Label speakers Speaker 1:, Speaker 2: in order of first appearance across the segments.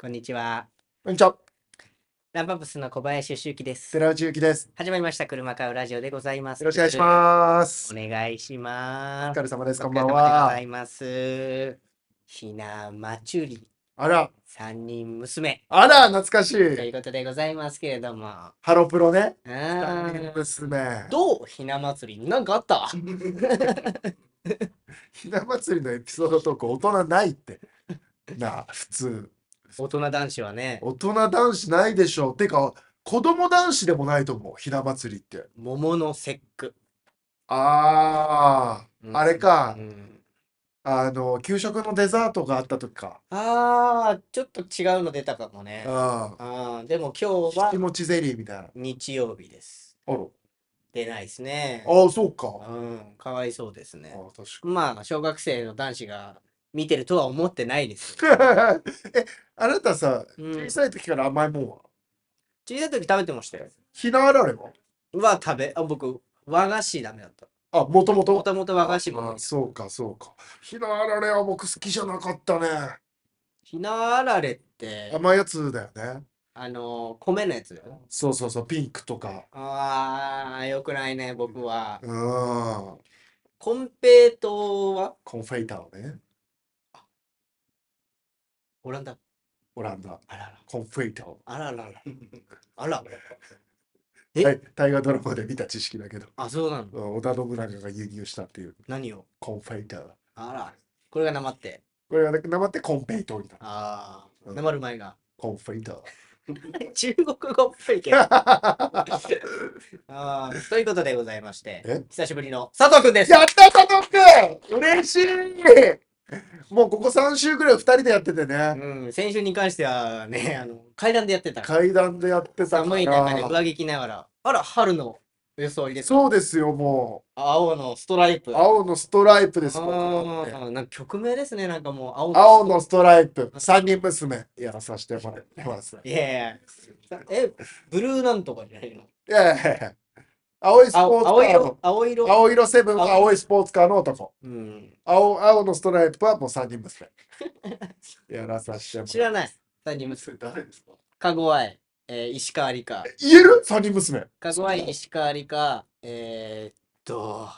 Speaker 1: こんにちは。
Speaker 2: こんにちは、
Speaker 1: ランパブスの小林修樹です。
Speaker 2: 寺内ゆきです。
Speaker 1: 始まりました。車買うラジオでございます。
Speaker 2: よろしくお願いします。
Speaker 1: お願いしま
Speaker 2: お
Speaker 1: す。
Speaker 2: 疲れ様です。こんばん
Speaker 1: お疲れ様でご
Speaker 2: は
Speaker 1: ざ。います。ひなまちゅり、
Speaker 2: あら、
Speaker 1: 三人娘
Speaker 2: あら、懐かし
Speaker 1: とい
Speaker 2: い。
Speaker 1: うことでございますけれども。
Speaker 2: ハロプロね。
Speaker 1: うーん
Speaker 2: 娘。
Speaker 1: どうひな祭りなんかあった
Speaker 2: ひな祭りのエピソードトーク、大人ないって。 なあ、普通。
Speaker 1: 大人男子はね、
Speaker 2: 大人男子ないでしょう。てか、子供男子でもないと思う。ひな祭りって。
Speaker 1: 桃の節句。
Speaker 2: あ
Speaker 1: うん
Speaker 2: あ、あれか
Speaker 1: う。ん
Speaker 2: あの、給食のデザートがあった時か。
Speaker 1: あー、ちょっと違うの出たかもね
Speaker 2: う。ん。
Speaker 1: あーでも今日は
Speaker 2: ひきもちゼリーみたいな。
Speaker 1: 日曜日です。
Speaker 2: あら。
Speaker 1: 出ないですね。
Speaker 2: ああ、そうか。
Speaker 1: うん、かわいそうです
Speaker 2: あ
Speaker 1: ね。
Speaker 2: ー確か
Speaker 1: まあ、小学生の男子が見てるとは思ってないです。
Speaker 2: え、あなたさ、
Speaker 1: うん
Speaker 2: 小さい時から甘いもんは、
Speaker 1: 小さい時食べてましたよ。
Speaker 2: ひなあられは
Speaker 1: は食べ、あ、僕、和菓子ダメだった。
Speaker 2: あ、もともと
Speaker 1: もともと和菓子も
Speaker 2: あ、。そうか、そうか。ひなあられは僕好きじゃなかったね。
Speaker 1: ひなあられって、
Speaker 2: 甘いやつだよね。
Speaker 1: あの、米のやつ。
Speaker 2: そうそうそう、ピンクとか。
Speaker 1: ああ、よくないね、僕は。
Speaker 2: うーん。
Speaker 1: コンペイトーは
Speaker 2: コンフェイターね。
Speaker 1: オランダ。
Speaker 2: オランダ。
Speaker 1: あら
Speaker 2: コンフェイター。
Speaker 1: ら、あららら。あら、え
Speaker 2: はい、大河ドラマで見た知識だけど、
Speaker 1: あ、そうなの
Speaker 2: う。ん織田信長が輸入したっていう
Speaker 1: 何を
Speaker 2: コンフェイター。
Speaker 1: あら、これがなまって。
Speaker 2: これはなまってコンペイトーになる。
Speaker 1: ああ、
Speaker 2: うん
Speaker 1: なまる前が。
Speaker 2: コンフェイター。
Speaker 1: 中国語っぽいけど。 あーということでございまして
Speaker 2: え、
Speaker 1: 久しぶりの佐藤くんです。
Speaker 2: やった佐藤くん嬉しいもうここ3週ぐらい2人でやっててね、
Speaker 1: うん、先週に関してはね、あの階段でやってた。
Speaker 2: 階段でやってたか
Speaker 1: 寒い中で
Speaker 2: ら
Speaker 1: 上着着ながら、あら、春の装いです。
Speaker 2: そうですよも
Speaker 1: 青のストライ
Speaker 2: う
Speaker 1: プ。
Speaker 2: 青のストライプです
Speaker 1: あ
Speaker 2: 僕だって
Speaker 1: ーなんか曲名ですね、なんかもう青
Speaker 2: 青のストライプ3人娘やらさせてもらってます
Speaker 1: いやいやえ、ブルーなんとかじゃないの
Speaker 2: いやいやいや青いスポー
Speaker 1: 青
Speaker 2: ツカ
Speaker 1: 青
Speaker 2: ーの
Speaker 1: 色青色
Speaker 2: 青色セブン青いスポーツカーの男
Speaker 1: うん、
Speaker 2: 青青のストライプはもう3人娘やらさせてもらって
Speaker 1: 知らない。三人娘。
Speaker 2: 誰ですか
Speaker 1: かごわい、えー石川理香。
Speaker 2: 言える ?3 人娘
Speaker 1: かごわい、石川理香、えー、っと、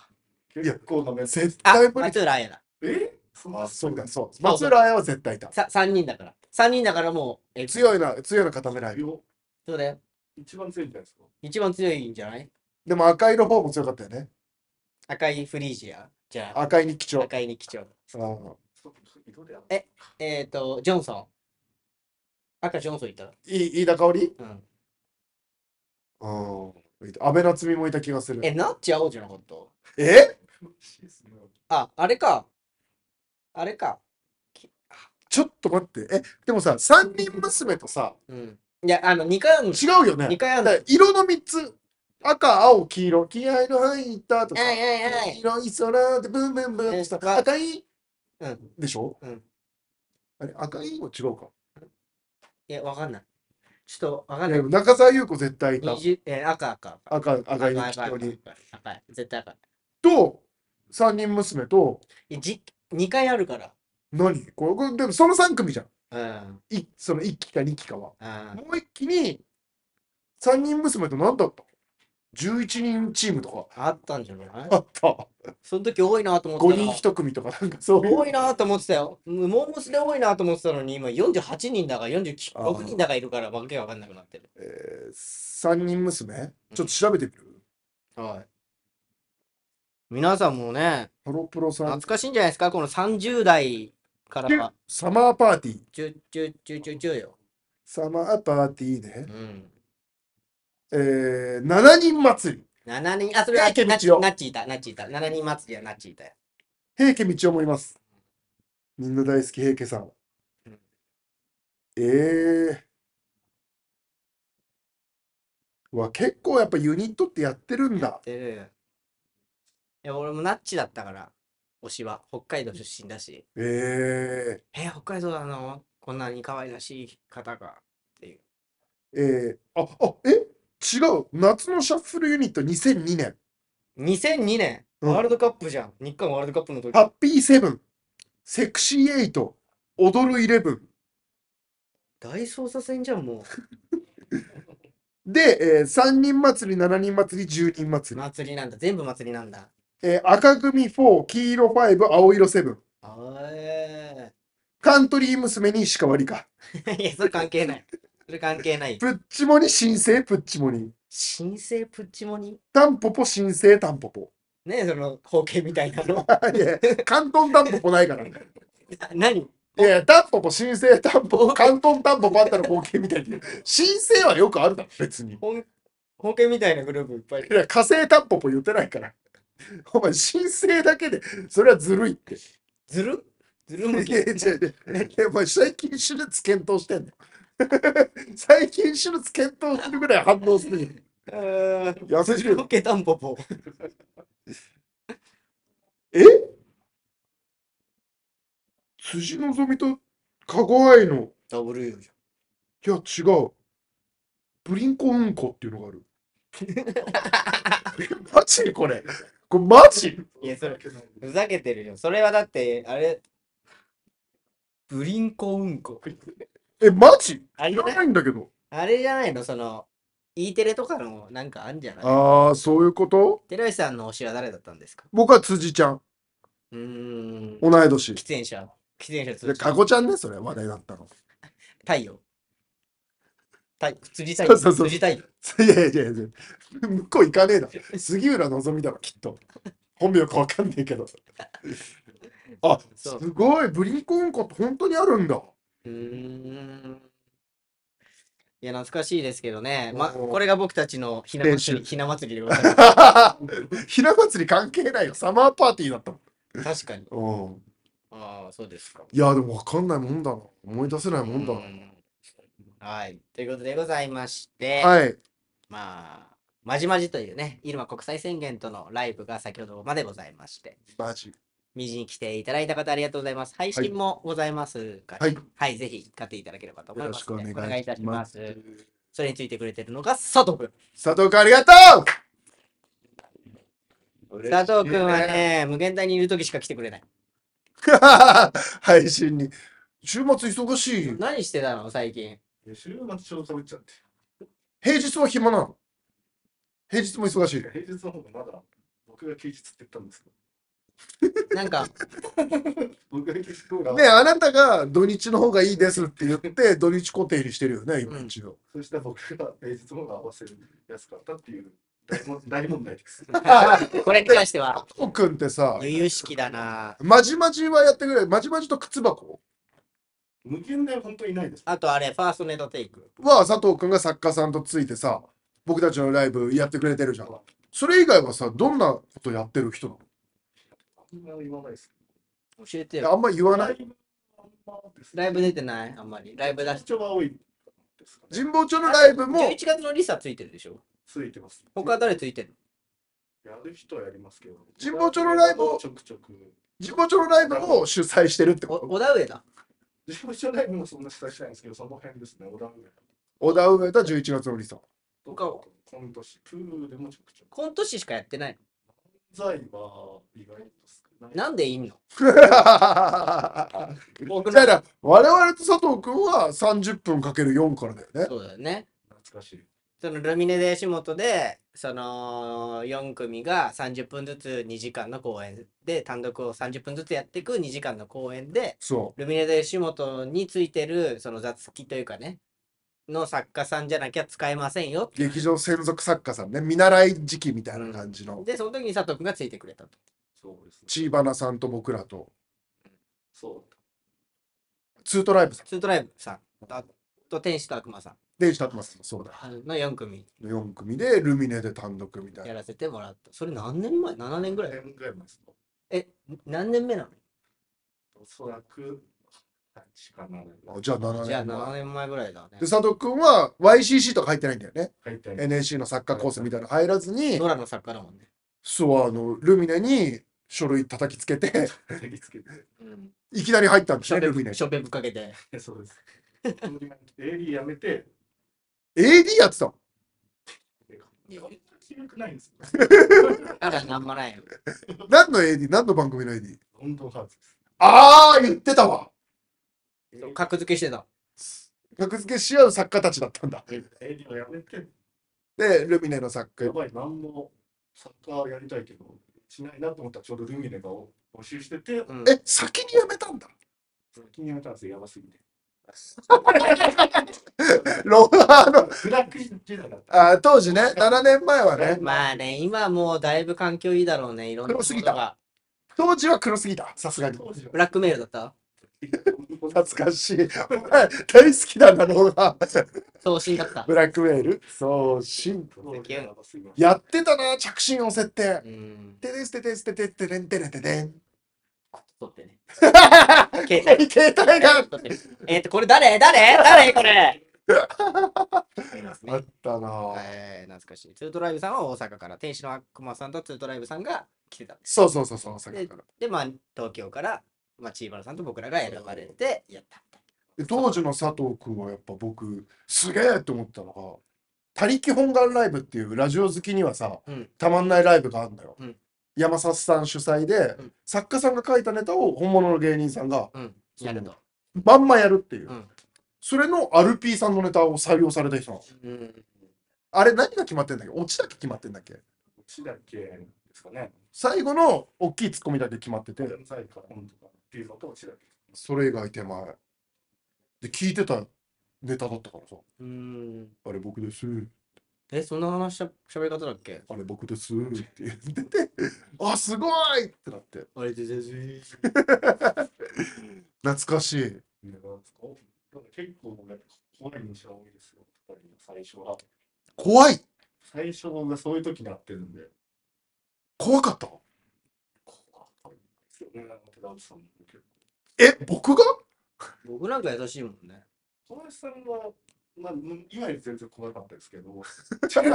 Speaker 2: 結構な目絶
Speaker 1: あ
Speaker 2: 対、無理
Speaker 1: 松浦綾だ。
Speaker 2: えあ、そうだ、そう。
Speaker 1: う
Speaker 2: 松浦綾は絶対いた。
Speaker 1: さ3人だから。3人だからもう、えい。
Speaker 2: 強いな、強いな固めない。
Speaker 1: そうだよ。
Speaker 2: 一番強いんじゃないですか。
Speaker 1: 一番強いんじゃない
Speaker 2: でも赤いの方も強かったよね。
Speaker 1: 赤いフリージア。じゃあ、
Speaker 2: 赤い日記帳。
Speaker 1: 赤いに基調。
Speaker 2: うん
Speaker 1: えー、っと、ジョンソン。赤ジョンソンいた。
Speaker 2: いい飯田香織
Speaker 1: うん。
Speaker 2: うん。安倍夏実もいた気がする。
Speaker 1: え、ナッチ青じゃなかった
Speaker 2: え
Speaker 1: あ、あれか。あれか。
Speaker 2: ちょっと待って。え、でもさ、三人娘とさ、
Speaker 1: うん。いや、あの、2回あるの。
Speaker 2: 違うよ
Speaker 1: 2
Speaker 2: ね。
Speaker 1: 回ある
Speaker 2: だから色の3つ。赤、青、黄色。気合の範囲行ったと
Speaker 1: の。
Speaker 2: さ。
Speaker 1: はいはいはい。
Speaker 2: 黄色い空でブンブンブンってさ
Speaker 1: えわ
Speaker 2: 赤い
Speaker 1: うん。
Speaker 2: でしょ
Speaker 1: うん。
Speaker 2: あれ、赤いも違うか。
Speaker 1: いや、わかんない。ちょっとわかん
Speaker 2: い
Speaker 1: ない
Speaker 2: や。中澤優子絶対いた。
Speaker 1: 20えー赤赤赤。
Speaker 2: 赤、
Speaker 1: 赤
Speaker 2: 赤い日
Speaker 1: 赤
Speaker 2: 記帳
Speaker 1: 赤
Speaker 2: に。
Speaker 1: 赤赤い。絶対赤い。
Speaker 2: と、三人娘と、
Speaker 1: いやじ2回あるから。
Speaker 2: 何これ、これでもその三組じゃん。
Speaker 1: うん。
Speaker 2: いその一期か二期かは。
Speaker 1: あー
Speaker 2: もう一期に、三人娘と何だったの ?11 人チームとか。
Speaker 1: あったんじゃない
Speaker 2: あった。
Speaker 1: その時多いなと思ってた
Speaker 2: 5
Speaker 1: ら
Speaker 2: 人一組とか、なんかそういう。
Speaker 1: 多いなと思ってたよ。モームスで多いなと思ってたのに、今48人だか
Speaker 2: あー
Speaker 1: 46人だかいるから、わけわかんなくなってる。
Speaker 2: えー、三人娘ちょっと調べてみる
Speaker 1: はい。皆さんもね、
Speaker 2: ハロプロさん
Speaker 1: 懐、かしいんじゃないですかこの30代からは。
Speaker 2: サマーパーティー。
Speaker 1: ちゅちゅちゅちゅちゅよ。
Speaker 2: サマーパーティーね
Speaker 1: う。ん。
Speaker 2: えー、7人祭り。
Speaker 1: 7人、あ、それは
Speaker 2: 平家
Speaker 1: ナッチ
Speaker 2: 道夫
Speaker 1: ナッチいた、ナッチいた。7人祭りはナッチいたよ。
Speaker 2: 平家道夫もいます。みんな大好き平家さん
Speaker 1: うん。
Speaker 2: ええうわ、結構やっぱユニットってやってるんだ。
Speaker 1: てる。いや、俺もナッチだったから、推しは。北海道出身だし。
Speaker 2: え
Speaker 1: えー、北海道なのこんなに可愛らしい方が。っていう。
Speaker 2: ええー、あ、あ、え違う。夏のシャッフルユニット2002年。
Speaker 1: 2002年、
Speaker 2: うん
Speaker 1: ワールドカップじゃん。日韓ワールドカップの時。
Speaker 2: ハッピーセブン、セクシーエイト、踊るイレブン、
Speaker 1: 大捜査線じゃん、も
Speaker 2: で、えー、3人祭り、7人祭り、10 人
Speaker 1: う。
Speaker 2: 祭り。
Speaker 1: 祭りなんだ。全部祭りなんだ。
Speaker 2: えー赤組4、黄色5、青色7。
Speaker 1: あえ
Speaker 2: カントリー娘に石川りか。
Speaker 1: ー。いや、 それ関係ない。それ関係ない。
Speaker 2: プッチモに新生プッチモに。
Speaker 1: 新生プッチモニ
Speaker 2: タンポポ新生タンポ ポ。
Speaker 1: ねえ、その光景みたいな の。
Speaker 2: いや、関東タンポポないから。い
Speaker 1: な何
Speaker 2: やいや、タンポポ新生タンポポ、関東タンポポあったら冒険みたいに。新生はよくあるだろ、別に。
Speaker 1: 本本家みたいなグループいっぱいいる
Speaker 2: いや、火星タンポポ言ってないから。お前、新生だけで、それはずるいって。
Speaker 1: ずるずる
Speaker 2: いや
Speaker 1: む
Speaker 2: い
Speaker 1: き
Speaker 2: やいやいやお前、最近手術検討してんの。 最近手術検討するぐらい反応するよ。痩せてる
Speaker 1: むけたんぽぽ
Speaker 2: え辻のぞみとかごあいの、
Speaker 1: ダブル U じ
Speaker 2: いや、違う。ブリンコうんこっていうの がある。マジこれ。これマジ
Speaker 1: ゃんいやそれふざけてるよそれはだってあれブリンコうんこ
Speaker 2: え、マジ
Speaker 1: あれ
Speaker 2: 知
Speaker 1: じゃ
Speaker 2: ら
Speaker 1: ない
Speaker 2: ないんだけど。
Speaker 1: あれじゃないのその E テレとかのなんかあんじゃない
Speaker 2: ああ、そういうこと
Speaker 1: 寺内さんの推しは誰だったんですか
Speaker 2: 僕は辻ちゃん。
Speaker 1: うーん
Speaker 2: 同い年。
Speaker 1: 喫煙者喫煙者
Speaker 2: で、
Speaker 1: 辻
Speaker 2: かごちゃんね、それ、話題だったの。
Speaker 1: 太陽太辻太
Speaker 2: そ
Speaker 1: 陽
Speaker 2: うそうそう
Speaker 1: 辻太陽
Speaker 2: いやいやいやいや、向こう行かねえだ ろ。杉浦のぞみだろ、きっと。本名かわかんねえ けど。あ、す
Speaker 1: そう
Speaker 2: ごい、ブリンコうんこって本当にある んだ。
Speaker 1: うーんいや、懐かしいですけどね。ま、
Speaker 2: おー
Speaker 1: これが僕たちのひな祭
Speaker 2: 練
Speaker 1: り、ひな祭りでございま
Speaker 2: ひな祭り関係ないよ。サマーパーティーだった
Speaker 1: す。確か に。
Speaker 2: もん。うん。
Speaker 1: ああ、そうですか。
Speaker 2: いや、でもわかんないもんだな。思い出せないうもんだな。
Speaker 1: んはい。ということでございまして、
Speaker 2: はい。
Speaker 1: まあ、まじまじというね、入間国際宣言とのライブが先ほどまでございまして、
Speaker 2: マジ。
Speaker 1: 見に来ていただいた方ありがとうございます。配
Speaker 2: はい
Speaker 1: 信もございますから、
Speaker 2: はい
Speaker 1: はい、ぜひ買っていただければと思
Speaker 2: よ
Speaker 1: い
Speaker 2: ろ
Speaker 1: ま
Speaker 2: し
Speaker 1: す
Speaker 2: くお
Speaker 1: の
Speaker 2: 願
Speaker 1: で。
Speaker 2: い
Speaker 1: お願いい
Speaker 2: い
Speaker 1: た
Speaker 2: た
Speaker 1: し
Speaker 2: し
Speaker 1: ま
Speaker 2: ますす。。
Speaker 1: それについてくれてるのが佐藤君。
Speaker 2: 佐藤君ありがとう
Speaker 1: 佐藤君は。ね、無限大にいる時しか来てくれない。
Speaker 2: 配信に。週末忙しい。
Speaker 1: 何してたの最近。
Speaker 3: 週末ちょうど喋っちゃって。
Speaker 2: 平日は暇なの。平日も忙しい。
Speaker 3: 平日の方がまだ僕が休日って言ったんですけど、
Speaker 1: なん か、
Speaker 3: 僕が休日の方が、
Speaker 2: ねあなたが土日の方がいいですって言 って、土日固定にしてるよね、今一応。
Speaker 3: そして僕が平日の方が合わせる安かったっていう大問大問題です。
Speaker 1: これに関しては、
Speaker 2: 佐藤君ってさ、
Speaker 1: 由々しきだな。
Speaker 2: まじまじはやってくれ。まじまじと靴箱
Speaker 3: 無限大は本当にいないです。
Speaker 1: あとあれ、ファーストネットテイク。
Speaker 2: は佐藤君が作家さんとついてさ、僕たちのライブやってくれてるじゃん。それ以外はさ、どんなことやってる人な
Speaker 3: あんま言わないです。
Speaker 1: 教えて
Speaker 2: の
Speaker 1: よ。
Speaker 2: あんま言わ
Speaker 3: ラ
Speaker 2: な
Speaker 3: イ
Speaker 2: い。
Speaker 3: ブあんまです
Speaker 1: ライブ出てないあんまり。ライブ出し
Speaker 3: 出張は多いですかね。
Speaker 2: 神保町のライブも
Speaker 1: 11、月のリサついてるでしょ
Speaker 3: ついてます。
Speaker 1: 他誰ついてる
Speaker 3: やる人はやりますけど。
Speaker 2: 神保町のライブを
Speaker 3: ちょくちょく。
Speaker 2: 神保町のライブを主催してるって
Speaker 1: お
Speaker 2: こと。
Speaker 1: 小田上だ。
Speaker 3: 神保町ライブもそんな主催しないんですけど、その辺ですね、小田上
Speaker 2: 小田上田11月のリサ。
Speaker 3: と
Speaker 1: 他は
Speaker 3: か、今年、プールでもちょくちょく。
Speaker 1: 今年しかやってない
Speaker 3: 財は意外と少ない。
Speaker 1: の。なんでいんの僕
Speaker 2: だ
Speaker 1: の
Speaker 2: から我々と佐藤君は30分かける4からだよね。
Speaker 1: そうだよね。
Speaker 3: 懐かしい。
Speaker 1: そのルミネで吉本で、その4組が30分ずつ2時間の公演で、単独を30分ずつやっていく2時間の公演で、
Speaker 2: そ
Speaker 1: ルミネで吉本についてるその雑記というかねの作家さんじゃなきゃ使えませんよ
Speaker 2: う。劇場専属作家さんね、見習い時期みたいな感じの。
Speaker 1: でその時に佐藤君がついてくれたと
Speaker 3: そうですね。
Speaker 2: チーバナさんと僕らと、
Speaker 3: そう。
Speaker 2: ツートライブさん、
Speaker 1: ツートライブさんあと天使と悪魔さん
Speaker 2: 電子立ますそうだ。
Speaker 1: の4組
Speaker 2: 4組で、ルミネで単独みたい
Speaker 1: や
Speaker 2: な。
Speaker 1: らせてもらったそれ何年前 ?7 年ぐらい
Speaker 3: 年ぐらい前ですか。
Speaker 1: え何年目な
Speaker 3: おそらく、8かな。
Speaker 2: あじゃあ7
Speaker 1: の
Speaker 2: 年
Speaker 1: じゃあ
Speaker 2: 前
Speaker 1: 7年前ぐらいだね
Speaker 2: で、佐藤君は YCC とか入ってないんだよね。
Speaker 3: 入ったり
Speaker 2: NAC の作家コースみたいなの入らずに
Speaker 1: ノ、ラの作家だもんね、
Speaker 2: そう、あの、ルミネに書類叩きつけて、
Speaker 3: 手につけて。
Speaker 1: うん、
Speaker 2: いきなり入ったんで
Speaker 1: シ
Speaker 2: すね、
Speaker 1: ョペ
Speaker 2: ルミネ
Speaker 1: ブ。ショペブかけて
Speaker 3: そうです。エリーやめて、
Speaker 2: AD やってたの
Speaker 3: そんな記憶ないんですよ。
Speaker 1: あらなんもないよ
Speaker 2: 何の AD? 何の番組の AD?
Speaker 3: ロンドンハーツです。
Speaker 2: ああ、言ってたわ。
Speaker 1: そう格付けしてた
Speaker 2: 格付けし合う作家たちだったんだ。
Speaker 3: え、でもやめて、
Speaker 2: で、ルミネの作
Speaker 3: や
Speaker 2: 家。
Speaker 3: ばい、なんもサッカーやりたいけど、しないなと思ったらちょうどルミネが募集してて、
Speaker 1: うん
Speaker 2: え、先に辞めたんだ。
Speaker 3: 先にやめたんですよ、やばす ぎて。
Speaker 2: ロあの
Speaker 3: ブラック時代だった。
Speaker 2: あ当時ね、7年前はね、
Speaker 1: まあね、今はもうだいぶ環境いいだろうね、いろんなこと
Speaker 2: 黒すぎた
Speaker 1: が。
Speaker 2: 当時は黒すぎた、さすがに。
Speaker 3: 当時は
Speaker 1: ブラックメールだった
Speaker 2: 懐かしい。お前大好きなんだろうな。
Speaker 1: 送信だった
Speaker 2: ブ。ラックメール。そう、しん。
Speaker 3: 当時はやばすぎました
Speaker 2: やってたな、着信音設定。
Speaker 1: うん。
Speaker 2: てですてですてててれんてれてれん。
Speaker 1: 取ってね。携帯。
Speaker 2: 携帯が
Speaker 1: 取ってねえっと、これ誰誰誰これ
Speaker 2: あったな。
Speaker 1: えー、懐かしい。ツートライブさんは大阪から、天使の悪魔さんとツートライブさんが来てた。
Speaker 2: そうそうそうそう、さっきから。
Speaker 1: で、まあ、東京から、まあ、チーバラさんと僕らが選ばれて、やった。
Speaker 2: で当時の佐藤君はやっぱ僕すげえって思ったのが「他力本願ライブ」っていうラジオ好きにはさ、
Speaker 1: うん
Speaker 2: たまんないライブがあるんだよ、
Speaker 1: うん
Speaker 2: 山里さん主催で、
Speaker 1: うん
Speaker 2: 作家さんが書いたネタを本物の芸人さんが
Speaker 1: うん。
Speaker 2: そう
Speaker 1: やると。
Speaker 2: まんまやるっていう、
Speaker 1: うん
Speaker 2: それのアルピーさんのネタを採用された人なの
Speaker 1: うん。
Speaker 2: あれ何が決まってんだっけオチだけ決まってんだっけ
Speaker 3: うちだっけですかね。
Speaker 2: 最後の大きいツッコミだけ決まってて、
Speaker 3: 天才か本とかっていうのとうちだっけ。
Speaker 2: それ以外手前で聞いてたネタだったからさ
Speaker 1: うん。
Speaker 2: あれ僕です
Speaker 1: え、そんな話しゃ喋り方だっけ
Speaker 2: あれ僕ですって言ってて、 あ、すごいってなって、
Speaker 1: あれで全然。
Speaker 2: 懐かしい。
Speaker 3: なんか結構やっぱ怖い印象多いですよ。やっぱり最初は。
Speaker 2: 怖い
Speaker 3: 最初がそういう時になってるんで。
Speaker 2: 怖かった
Speaker 3: 怖かったんですよね。なんか寺内さんも結構。
Speaker 2: え、僕が
Speaker 1: 僕なんか優しいもんね。
Speaker 3: 小林さんは、まあ、今より全然怖かったですけど。
Speaker 1: それ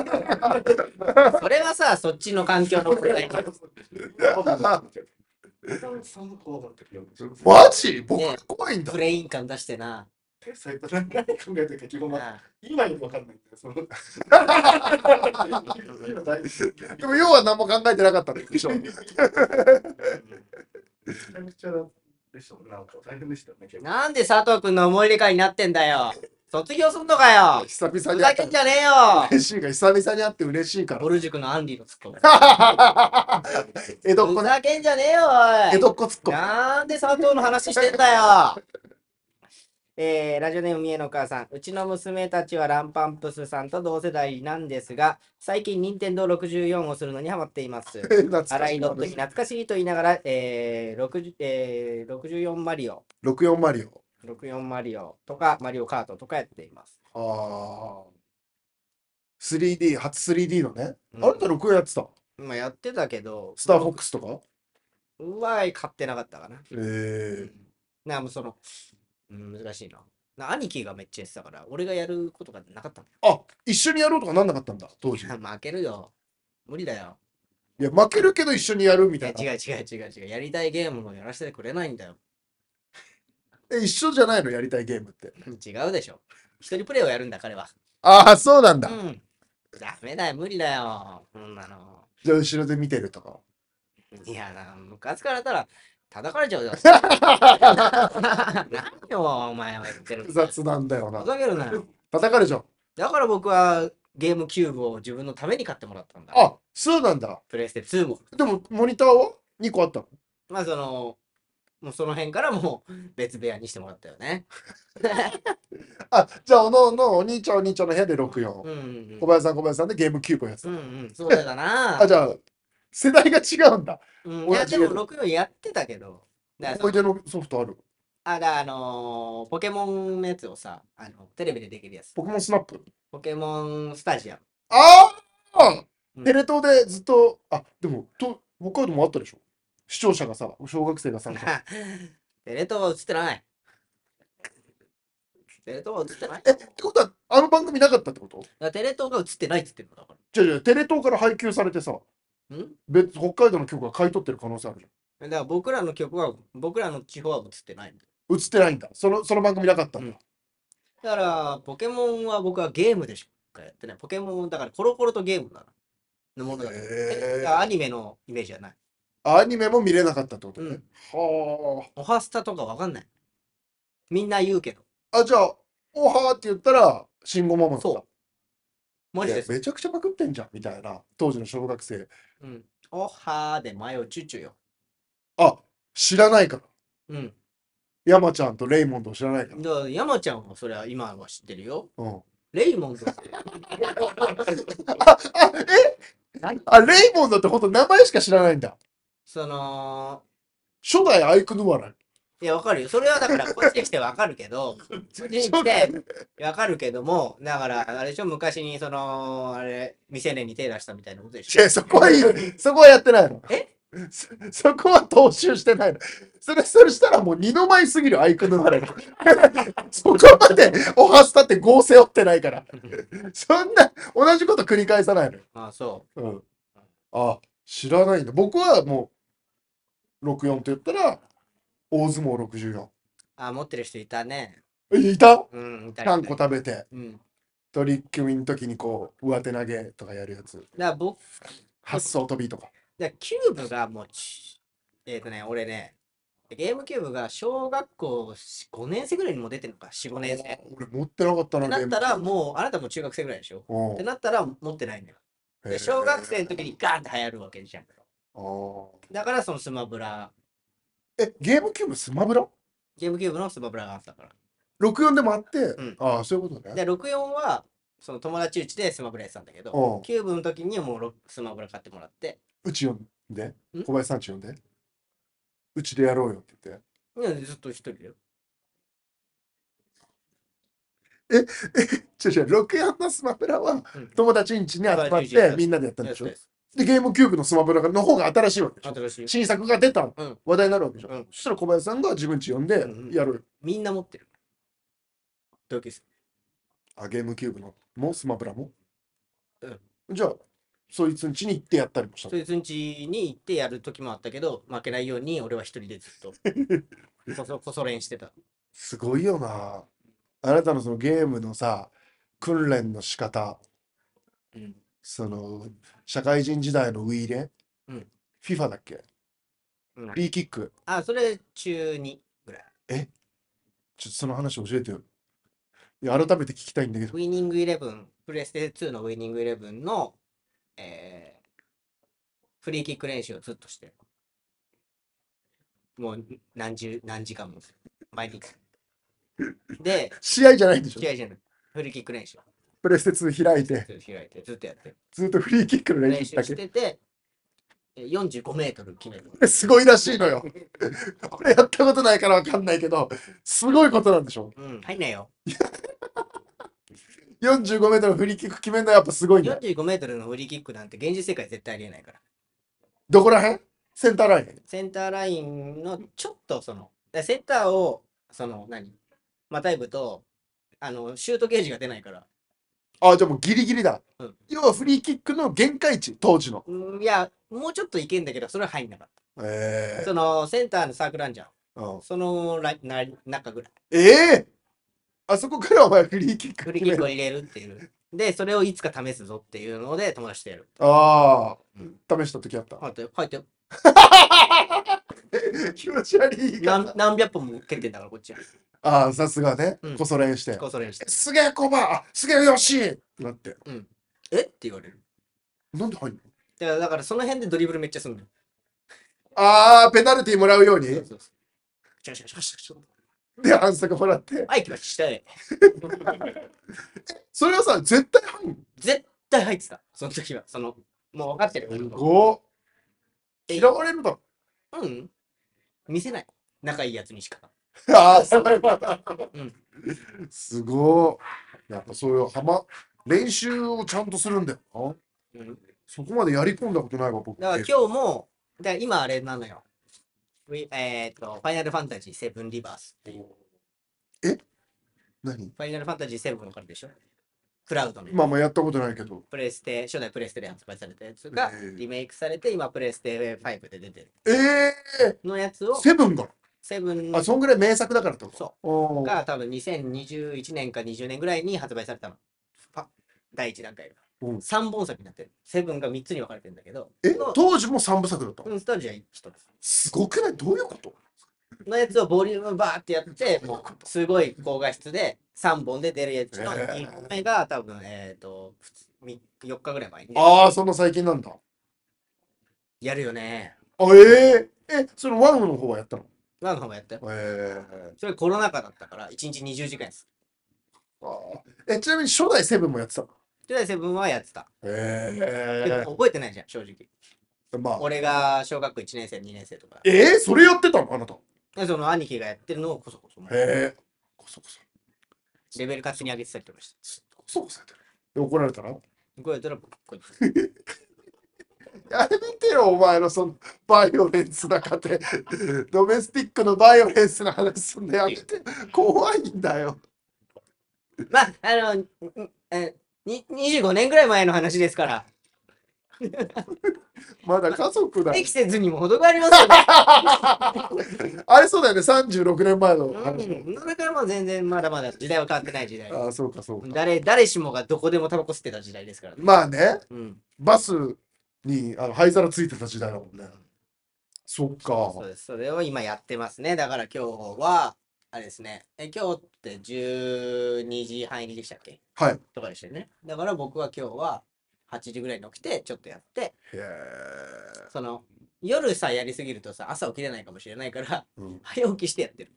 Speaker 1: はさ、そっちの環境の問 題。
Speaker 3: 寺内さんも怖かったけど。
Speaker 2: マジ僕
Speaker 1: ね
Speaker 2: が怖いんだ
Speaker 1: プ。レイン感出してな。
Speaker 3: 天才と何考えてるか基本は
Speaker 1: なあ
Speaker 3: 今より分かんないんだよ。その今大事
Speaker 2: でも要は何も考えてな かったんでしょ。
Speaker 3: めちゃくちゃでしたもんねなんか大変でしたよね、結構。
Speaker 1: なんで佐藤くんの思い入れ会になってんだよ。卒業すんのかよ。
Speaker 2: 久々
Speaker 1: ふ
Speaker 2: に
Speaker 1: ざ
Speaker 2: 会って
Speaker 1: けんじゃねえよ。
Speaker 2: 嬉しいから、久々に会って嬉しいから
Speaker 1: ボ。ル塾のアンディのツ ッコミ。
Speaker 2: 江戸っ子
Speaker 1: ふ
Speaker 2: ね。
Speaker 1: ざけんじゃねえよ、おい。
Speaker 2: 江戸っ子ツッコミ。
Speaker 1: なんで佐藤の話してんだよえーラジオネーム三重のお母さんうちの娘たちはランパンプスさんと同世代なんですが最近任天堂64をするのにハマっています
Speaker 2: 懐か
Speaker 1: 洗
Speaker 2: し
Speaker 1: い
Speaker 2: い
Speaker 1: の時懐かしいと言いながら、えー60えー64マリオ
Speaker 2: 64マリオ。
Speaker 1: 64マリオとかマリオカートとかやっています、
Speaker 2: ああ。3D、初 3D のね。
Speaker 1: う
Speaker 2: あ
Speaker 1: ん
Speaker 2: なた64やってた
Speaker 1: まあ、やってたけど
Speaker 2: スターフォックスとか
Speaker 1: うわい買ってなかったかな
Speaker 2: ええ。
Speaker 1: なもうその、うん、難しいなな兄貴がめっちゃやってたから俺がやることがなかったんだよ
Speaker 2: あ、一緒にやろうとかなんなかったんだ、当
Speaker 1: い
Speaker 2: 時。
Speaker 1: や 負けるよ。無理だよ。
Speaker 2: いや、負けるけど一緒にやるみ
Speaker 1: い
Speaker 2: た
Speaker 1: や
Speaker 2: いな。
Speaker 1: 違う違う違う違う。やりたいゲームをやらせてくれないんだよ。
Speaker 2: え、一緒じゃないのやりたいゲームって。
Speaker 1: 違うでしょ。一人プレイをやるんだ、彼は。
Speaker 2: ああ、そうなん
Speaker 1: う
Speaker 2: だ。
Speaker 1: ん。ダメだよ、無理だよ。そんなの。
Speaker 2: じゃあ、後ろで見てるとか。
Speaker 1: いや、なムカつかれたら叩かれち ゃうよ。 何よ、お前は言ってる
Speaker 2: 複。雑なんだよ
Speaker 1: ふ
Speaker 2: な。
Speaker 1: ざけるなよ。
Speaker 2: 叩かれちゃう。
Speaker 1: だから僕はゲームキューブを自分のために買ってもらったんだ。
Speaker 2: あ、そうなんだ。
Speaker 1: プレイステ2も。
Speaker 2: でも、モニターは ?2 個あったの。
Speaker 1: まあ、その、もうその辺からもう別部屋にしてもらったよね。
Speaker 2: あ、じゃあ、おのおの、お兄ちゃん、お兄ちゃんの部屋で64。
Speaker 1: うん、うんうん
Speaker 2: 小。林さん、小林さんでゲームキューブをやって
Speaker 1: うんう
Speaker 2: た。
Speaker 1: ん、そうだな。
Speaker 2: あ、じゃあ、世代が違うんだ。
Speaker 1: うん、い
Speaker 2: 同
Speaker 1: や、
Speaker 2: じ
Speaker 1: で
Speaker 2: ゲ
Speaker 1: も
Speaker 2: ーム
Speaker 1: 64やってたけど、だから
Speaker 2: 思い出のソフトある。
Speaker 1: あ、だからあのーポケモンのやつをさ、あの、テレビでできるやつ。
Speaker 2: ポケモンスナップ。
Speaker 1: ポケモンスタジアム。
Speaker 2: ああ
Speaker 1: うん
Speaker 2: テレ東でずっと、あ、でも、と北海道もあったでしょ視聴者がさ、小学生が参加。
Speaker 1: テレ東は映ってない。テレ東は映ってない。
Speaker 2: え、
Speaker 1: だ
Speaker 2: っ
Speaker 1: か
Speaker 2: てことは、あの番組なかったってこと
Speaker 1: らテレ東が映ってないって言ってるのだか
Speaker 2: じゃあじゃあテレ東から配給されてさ、
Speaker 1: ら。ん
Speaker 2: 別北海道の局が買い取ってる可能性あるじ
Speaker 1: だから僕らの曲は、僕らの地方は映ってないんだよ
Speaker 2: ゃん。映ってないんだ。そのその番組なかったんだ。
Speaker 1: だから、ポケモンは僕はゲームでしかやってない。ポケモン、だからコロコロとゲームなの。のものだから。
Speaker 2: へー
Speaker 1: だからアニメのイメージじゃない。
Speaker 2: アニメも見れなかったってこと
Speaker 1: う
Speaker 2: ね
Speaker 1: ん。
Speaker 2: は
Speaker 1: オハスタとかわかんない。みんな言うけど。
Speaker 2: あ。あ、じゃあ、おはーって言ったら、慎吾ママだった。
Speaker 1: そうマジ
Speaker 2: い
Speaker 1: で
Speaker 2: や
Speaker 1: す。
Speaker 2: めちゃくちゃパクってんじゃんみたいな、当時の小学生。
Speaker 1: うん。おはーで前をチュチュよ。
Speaker 2: あ、知らないから。
Speaker 1: うん。
Speaker 2: 山ちゃんとレイモンドを知らないから。
Speaker 1: だから山ちゃんはそれは今は知ってるよ。
Speaker 2: うん。
Speaker 1: レイモンド。
Speaker 2: あ、あ、えあ、レイモンドってほんと名前しか知らないんだ。
Speaker 1: その、
Speaker 2: 初代アイクヌワラ。
Speaker 1: いや、わかるよ。それはだから、こっちに来てわかるけど、 こっちに来てわかるけども、だから、あれでしょ、昔に、その、あれ、未成年に手出したみたいなことでし
Speaker 2: いや、そこはいいよ。そこはやってないの。
Speaker 1: え
Speaker 2: そそこは踏襲してないの。それ、それしたらもう二の舞すぎるアイクヌワラが。 そこまでおはスタって合成負ってないから。
Speaker 1: ょ。
Speaker 2: そんな、同じこと繰り返さないのよ。
Speaker 1: あ、そ
Speaker 2: うん。あ、知らないんだ。僕はもう、64って言ったら、大相撲64。
Speaker 1: う。あ、持ってる人いたね。
Speaker 2: えいた
Speaker 1: うん、いたり。
Speaker 2: ちゃんこ食べて、
Speaker 1: うん。だか
Speaker 2: トリックミンの時にこう、上手投げとかやるやつ。
Speaker 1: ら僕、
Speaker 2: 発想飛びとか。
Speaker 1: だからキューブがもうち、えっ、とね、俺ね、ゲームキューブが小学校5年生ぐらいにもう出てるのか、4、5年生。っ
Speaker 2: 俺持ってなかった
Speaker 1: て
Speaker 2: な、
Speaker 1: な
Speaker 2: ゲー
Speaker 1: っ
Speaker 2: ム
Speaker 1: たら、もう、あなたも中学生ぐらいでしょ。
Speaker 2: うん
Speaker 1: ってなったら、持ってないんだよ。
Speaker 2: へ
Speaker 1: で
Speaker 2: え
Speaker 1: 小学生の時にガーンって流行るわけじゃん。
Speaker 2: あー
Speaker 1: だから、そのスマブラ、
Speaker 2: え、ゲームキューブスマブラ
Speaker 1: ゲームキューブのスマブラがあったから。
Speaker 2: ?64 でもあって、
Speaker 1: ん
Speaker 2: ああ、そういうことね。
Speaker 1: で、64は、その友達うちでスマブラやってたんだけど、
Speaker 2: うん
Speaker 1: キューブの時にもうロスマブラ買ってもらって、
Speaker 2: うち呼んで、小林さんち呼んで、うちでやろうよって言って。
Speaker 1: いやずっと一人で。
Speaker 2: 違う違う、64のスマブラは
Speaker 1: うん
Speaker 2: 友達ん家に集まっ
Speaker 1: 友達ん家
Speaker 2: てみんなでやったん
Speaker 1: や
Speaker 2: で
Speaker 1: っ
Speaker 2: してょ
Speaker 1: たやつ
Speaker 2: で、ゲームキューブのスマブラの方が新しいわけでしょ
Speaker 1: 新しい。
Speaker 2: 新作が出たの、
Speaker 1: うん
Speaker 2: 話題になるわけじゃん、
Speaker 1: うん
Speaker 2: そしたら小林さんが自分ち呼んで
Speaker 1: うんうん
Speaker 2: やろうよ、
Speaker 1: みんな持ってる。同級生。
Speaker 2: あゲームキューブのもスマブラも、
Speaker 1: うん
Speaker 2: じゃあそいつん家に行ってやったりもした
Speaker 1: そ
Speaker 2: の
Speaker 1: いつん家に行ってやる時もあったけど、負けないように俺は一人でずっと。こ そこそ練してた。
Speaker 2: すごいよなあなたのそのゲームのさ訓練の仕方
Speaker 1: うん。
Speaker 2: その社会人時代のウイイレ、
Speaker 1: うん、
Speaker 2: FIFA だっけ
Speaker 1: うん、
Speaker 2: フリーキック
Speaker 1: あ、それ中2ぐらい。
Speaker 2: ちょっとその話教えてよいや改めて聞きたいんだけど
Speaker 1: ウィニングイレブン、プレステ2のウィニングイレブンの、えーフリーキック練習をずっとしてる。もう何十、何時間も、毎日。で、
Speaker 2: 試合じゃないんでしょ
Speaker 1: 試合じゃない。フリーキック練習。
Speaker 2: プレステ2開いて
Speaker 1: ずっと開いて、ずっとやってる。
Speaker 2: ずっとフリーキックの練
Speaker 1: 練
Speaker 2: 習
Speaker 1: 習
Speaker 2: だけ
Speaker 1: してて、えー45メートル決める。
Speaker 2: すごいらしいのよ。俺やったことないからわかんないけど、すごいことなんでしょ
Speaker 1: うん、入んないよ。
Speaker 2: ?45 メートルフリーキック決めるのはやっぱすごいんだよ。
Speaker 1: 45メートルのフリーキックなんて現実世界絶対ありえないから。
Speaker 2: どこら辺センターライン。
Speaker 1: センターラインのちょっとその、だからセンターを、その何、またいぶと、あの、シュートゲージが出ないから。
Speaker 2: あ、じゃあもうギリギリだ。
Speaker 1: うん
Speaker 2: 要はフリーキックの限界値、当時の。
Speaker 1: うんいや、もうちょっといけんだけど、それは入んなかっ
Speaker 2: え
Speaker 1: た。その、センターのサークルあんじゃん。
Speaker 2: ーうん
Speaker 1: そのラインな中 ぐらい。
Speaker 2: えーあそこからお前フリーキック
Speaker 1: フリー
Speaker 2: 決
Speaker 1: キッ
Speaker 2: め
Speaker 1: クを
Speaker 2: る。
Speaker 1: 入れるっていう。で、それをいつか試すぞっていうので、友達とやる。
Speaker 2: あ
Speaker 1: うん
Speaker 2: あ、試した時あった。
Speaker 1: 入ってよ、入ってよ。
Speaker 2: 気持ち悪いか
Speaker 1: 何何百本も蹴ってんだから、こっちは。
Speaker 2: ああ、さすがね
Speaker 1: うん。
Speaker 2: こそ練して。
Speaker 1: こそ練して。
Speaker 2: すげえコバあすげえよしってなって。
Speaker 1: えって言われる。
Speaker 2: なんで入んの
Speaker 1: だから、だからその辺でドリブルめっちゃすんのよ。
Speaker 2: ああ、ペナルティもらうように
Speaker 1: そうそうそう。シャシャシャシャシャ
Speaker 2: で反則もらって。
Speaker 1: アイキはしたい。
Speaker 2: それはさ、絶対入んの
Speaker 1: 絶対入ってた。その時は。その、もう分かってる。
Speaker 2: ごっ
Speaker 1: え
Speaker 2: 嫌われるだろ。
Speaker 1: うん。見せない。仲いいやつにしか。
Speaker 2: ああ、それは。
Speaker 1: うん
Speaker 2: すごい。やっぱそういう浜、練習をちゃんとするんだよな。
Speaker 1: うん。
Speaker 2: そこまでやり込んだことないわ、僕。
Speaker 1: だから今日も、だから今あれなのよ。ウィえっ、と、ファイナルファンタジー7リバースっていう。
Speaker 2: 何
Speaker 1: ファイナルファンタジー7のからでしょクラウドの。
Speaker 2: まあまあやったことないけど。
Speaker 1: プレステ、初代プレステで発売されたやつが
Speaker 2: えー
Speaker 1: リメイクされて、今プレステ5で出てる。
Speaker 2: ええ
Speaker 1: のやつ
Speaker 2: ー、
Speaker 1: を、
Speaker 2: セブンが。
Speaker 1: 7
Speaker 2: あ、
Speaker 1: の
Speaker 2: そんぐらい名作だからってこと
Speaker 1: そう
Speaker 2: おー
Speaker 1: が多分2021年か20年ぐらいに発売されたの。パ第一段階が。
Speaker 2: うん
Speaker 1: 3本作になってる。セブンが3つに分かれてるんだけど。
Speaker 2: え
Speaker 1: の、
Speaker 2: 当時も三部作だったの
Speaker 1: うん、スタジア1つ。
Speaker 2: すごくないどういうこと
Speaker 1: のやつをボリュームバーってやって、もうすごい高画質で3本で出るやつの
Speaker 2: えー
Speaker 1: 1本目が多分、えっ、と、4日ぐらい前にね
Speaker 2: ああ、そんな最近なんだ。
Speaker 1: やるよね。
Speaker 2: あえええ、そのワウの方はやったの
Speaker 1: ワンの方もやったよ。
Speaker 2: ええ
Speaker 1: それコロナ禍だったから、1日20時間です。
Speaker 2: あーえ、ちなみに初代セブンもやってたの
Speaker 1: で、セブンはやってた。で
Speaker 2: え
Speaker 1: も覚えてないじゃん、正直。
Speaker 2: えまあ。
Speaker 1: 俺が小学校1年生、2年生とか。
Speaker 2: ええそれやってたのあなた。
Speaker 1: でその兄貴がやってるのをこそこそ、
Speaker 2: ええこそこそ。
Speaker 1: レベル勝手に上げてたりとかして。
Speaker 2: ずっとこそこそやってる。で、怒られたら
Speaker 1: こうやったら、こうやって
Speaker 2: やめてよ、お前のそのバイオレンスな家庭。 ドメスティックのバイオレンスな話すんでやめて。怖いんだよ。
Speaker 1: まあ、あの、にえに25年ぐらい前の話ですから、
Speaker 2: まだ家族だよ
Speaker 1: 適。せずにも程がありますよ ね。
Speaker 2: あれそうだよね、36年前の話。
Speaker 1: うん、それからもう全然まだまだ時代は変わってない時代。
Speaker 2: ああ、そうかそうか。
Speaker 1: 誰、誰しもがどこでもタバコ吸ってた時代ですからね。
Speaker 2: まあね、
Speaker 1: うん。
Speaker 2: バスにあの灰皿ついてた時代だもんね。そっか。
Speaker 1: そうです。それを今やってますね。だから今日は、あれですね。え今日って12時半入りでしたっけ
Speaker 2: はい。
Speaker 1: とかでしたよね。だから僕は今日は8時ぐらいに起きて、ちょっとやって、
Speaker 2: へえ。
Speaker 1: その、夜さ、やりすぎるとさ、朝起きれないかもしれないから、
Speaker 2: うん
Speaker 1: 早起きしてやってる。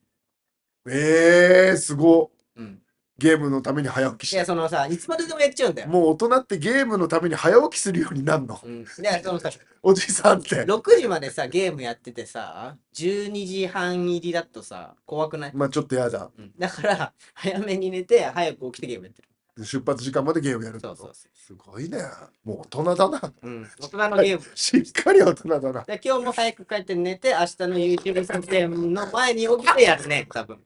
Speaker 2: ええすごっ。
Speaker 1: うん。
Speaker 2: ゲームのために早起き
Speaker 1: い
Speaker 2: し
Speaker 1: や、
Speaker 2: て。
Speaker 1: そのさ、いつまででもやっちゃうんだよ。
Speaker 2: もう大人ってゲームのために早起きするようになるの。
Speaker 1: うん。で、そのさ、
Speaker 2: おじさんって。
Speaker 1: 6時までさ、ゲームやっててさ、12時半入りだとさ、怖くない、
Speaker 2: まあちょっとやだ。
Speaker 1: うん、だから、早めに寝て、早く起きてゲームやってる。
Speaker 2: 出発時間までゲームやるって
Speaker 1: そ
Speaker 2: こ
Speaker 1: う
Speaker 2: と
Speaker 1: そうそ
Speaker 2: すごいね。もう大人だな。
Speaker 1: う。うん。大人のゲーム。
Speaker 2: しっかり大人だな。
Speaker 1: で今日も早く帰って寝て、明日の YouTube 撮影の前に起きてやるね、多分。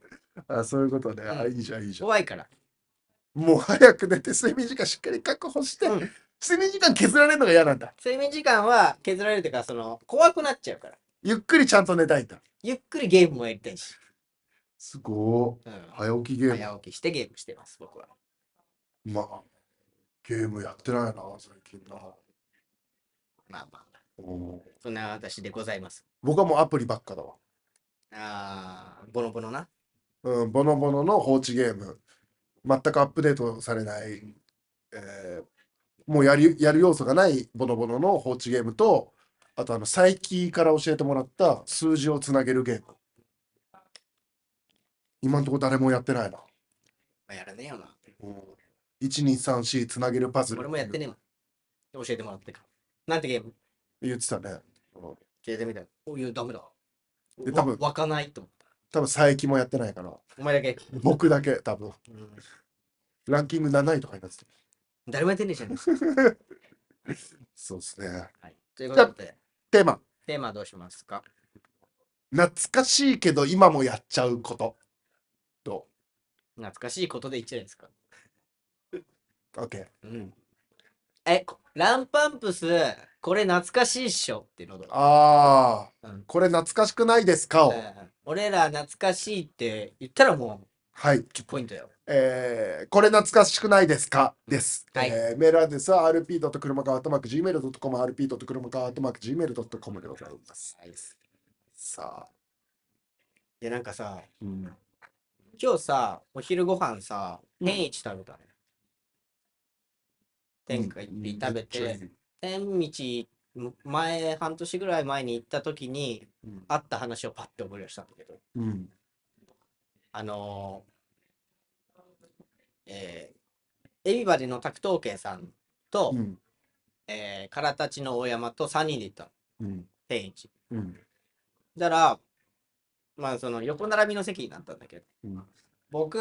Speaker 2: あそういうことね。あいいじゃん、いいじゃん。
Speaker 1: 怖いから。
Speaker 2: もう早く寝て睡眠時間しっかり確保して、
Speaker 1: うん
Speaker 2: 睡眠時間削られるのが嫌なんだ。
Speaker 1: 睡眠時間は削られるというか、その、怖くなっちゃうから。
Speaker 2: ゆっくりちゃんと寝たいんだ。
Speaker 1: ゆっくりゲームもやりたいし。
Speaker 2: すご
Speaker 1: う
Speaker 2: い。
Speaker 1: ん。
Speaker 2: 早起きゲーム。
Speaker 1: 早起きしてゲームしてます、僕は。
Speaker 2: まあ、ゲームやってないな、最近な。
Speaker 1: まあまあ、
Speaker 2: おー
Speaker 1: そんな私でございます。
Speaker 2: 僕はもうアプリばっかだわ。
Speaker 1: ああ、ボノボノな。
Speaker 2: うん、ボノボノの放置ゲーム。全くアップデートされない、えーもうやるやる要素がないボノボノの放置ゲームと、あとあの、最近から教えてもらった数字をつなげるゲーム。今んとこ誰もやってないな。
Speaker 1: まあ、やらねえよな。
Speaker 2: 1234つなげるパズル。
Speaker 1: 俺もやってねえもん。教えてもらってから。なんてゲーム
Speaker 2: 言ってたね。
Speaker 1: 教えてみたら。おいや、ダメだ。
Speaker 2: で多分
Speaker 1: わ湧かないと思っ
Speaker 2: 多分佐伯もやってないから。
Speaker 1: た。お前だけ。
Speaker 2: 僕だけ、多分。
Speaker 1: うん、
Speaker 2: ランキング7位とかになってた。
Speaker 1: 誰もやってねえじ ゃん。
Speaker 2: そうですね。
Speaker 1: はい、ということで、
Speaker 2: テーマ。
Speaker 1: テーマどうしますか
Speaker 2: 懐かしいけど今もやっちゃうこと。と。
Speaker 1: 懐かしいことで言っちゃうんですか
Speaker 2: OK。
Speaker 1: うん。え、こランパンプス、これ懐かしいっしょっていうのどう
Speaker 2: ああ、
Speaker 1: うん
Speaker 2: これ懐かしくないですかを。
Speaker 1: うん俺ら懐かしいって言ったらも
Speaker 2: はい。
Speaker 1: う10ポイントよ。
Speaker 2: えーこれ懐かしくないですかです。
Speaker 1: はい
Speaker 2: えーメールアドレスは rp. 車川とまく gmail.com、rp. 車川とまく gmail.com でございます。
Speaker 1: はい、
Speaker 2: さあ。
Speaker 1: で、なんかさ、
Speaker 2: うん、
Speaker 1: 今日さ、お昼ご飯さ、
Speaker 2: うん
Speaker 1: 天一食べたね。天下一品食べて、天一、前、半年ぐらい前に行った時に、
Speaker 2: うん
Speaker 1: あった話をパッて思い出したんだけど、
Speaker 2: うん。
Speaker 1: あのー、えー、エビバディの拓東慶さんと、
Speaker 2: うん。
Speaker 1: えー、空たちの大山と3人で行ったの、
Speaker 2: うん。
Speaker 1: 天一。
Speaker 2: うん。
Speaker 1: だから、まあ、その横並びの席になったんだけど、
Speaker 2: うん。
Speaker 1: 僕、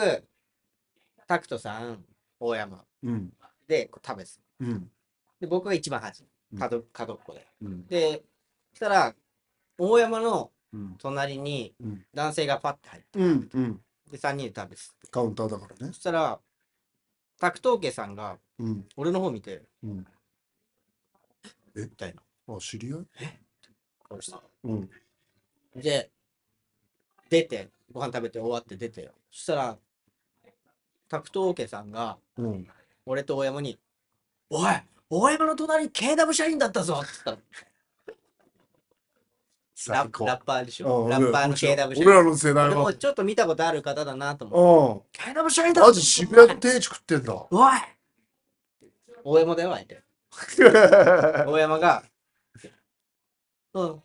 Speaker 1: 拓人さん、大山
Speaker 2: うん。
Speaker 1: でこう食べてた
Speaker 2: うん。
Speaker 1: で、僕が一番端
Speaker 2: う、ん
Speaker 1: 角角っこで。
Speaker 2: うん。
Speaker 1: で、そしたら、大山の
Speaker 2: うん。
Speaker 1: 隣に
Speaker 2: うん
Speaker 1: 男性がパッて入って、
Speaker 2: うん。うん。
Speaker 1: で、3人で食べてた
Speaker 2: カウンターだからね
Speaker 1: そ。したら、拓東家さんが
Speaker 2: うん。
Speaker 1: 俺の方見て、
Speaker 2: うん。
Speaker 1: みたいな
Speaker 2: あ、知り合い
Speaker 1: 顔してた
Speaker 2: うん。
Speaker 1: で、出て、ご飯食べて終わって出てよ。そしたら、拓東家さんが
Speaker 2: うん。
Speaker 1: 俺と大山に、おい大山の隣に KW 社員だったぞって言ったの。ラ
Speaker 2: 最
Speaker 1: ッ
Speaker 2: 高。
Speaker 1: ラッパーでし
Speaker 2: う
Speaker 1: ょ。
Speaker 2: ん
Speaker 1: ラッパーの
Speaker 2: 俺ら
Speaker 1: KW 社
Speaker 2: 俺らの世代
Speaker 1: で
Speaker 2: は。
Speaker 1: もちょっと見たことある方だなと思って。
Speaker 2: う
Speaker 1: KW 社員
Speaker 2: ん。
Speaker 1: だ
Speaker 2: マジ渋谷で定食ってんだ。
Speaker 1: おい大山だよ、相手。大山が。うん。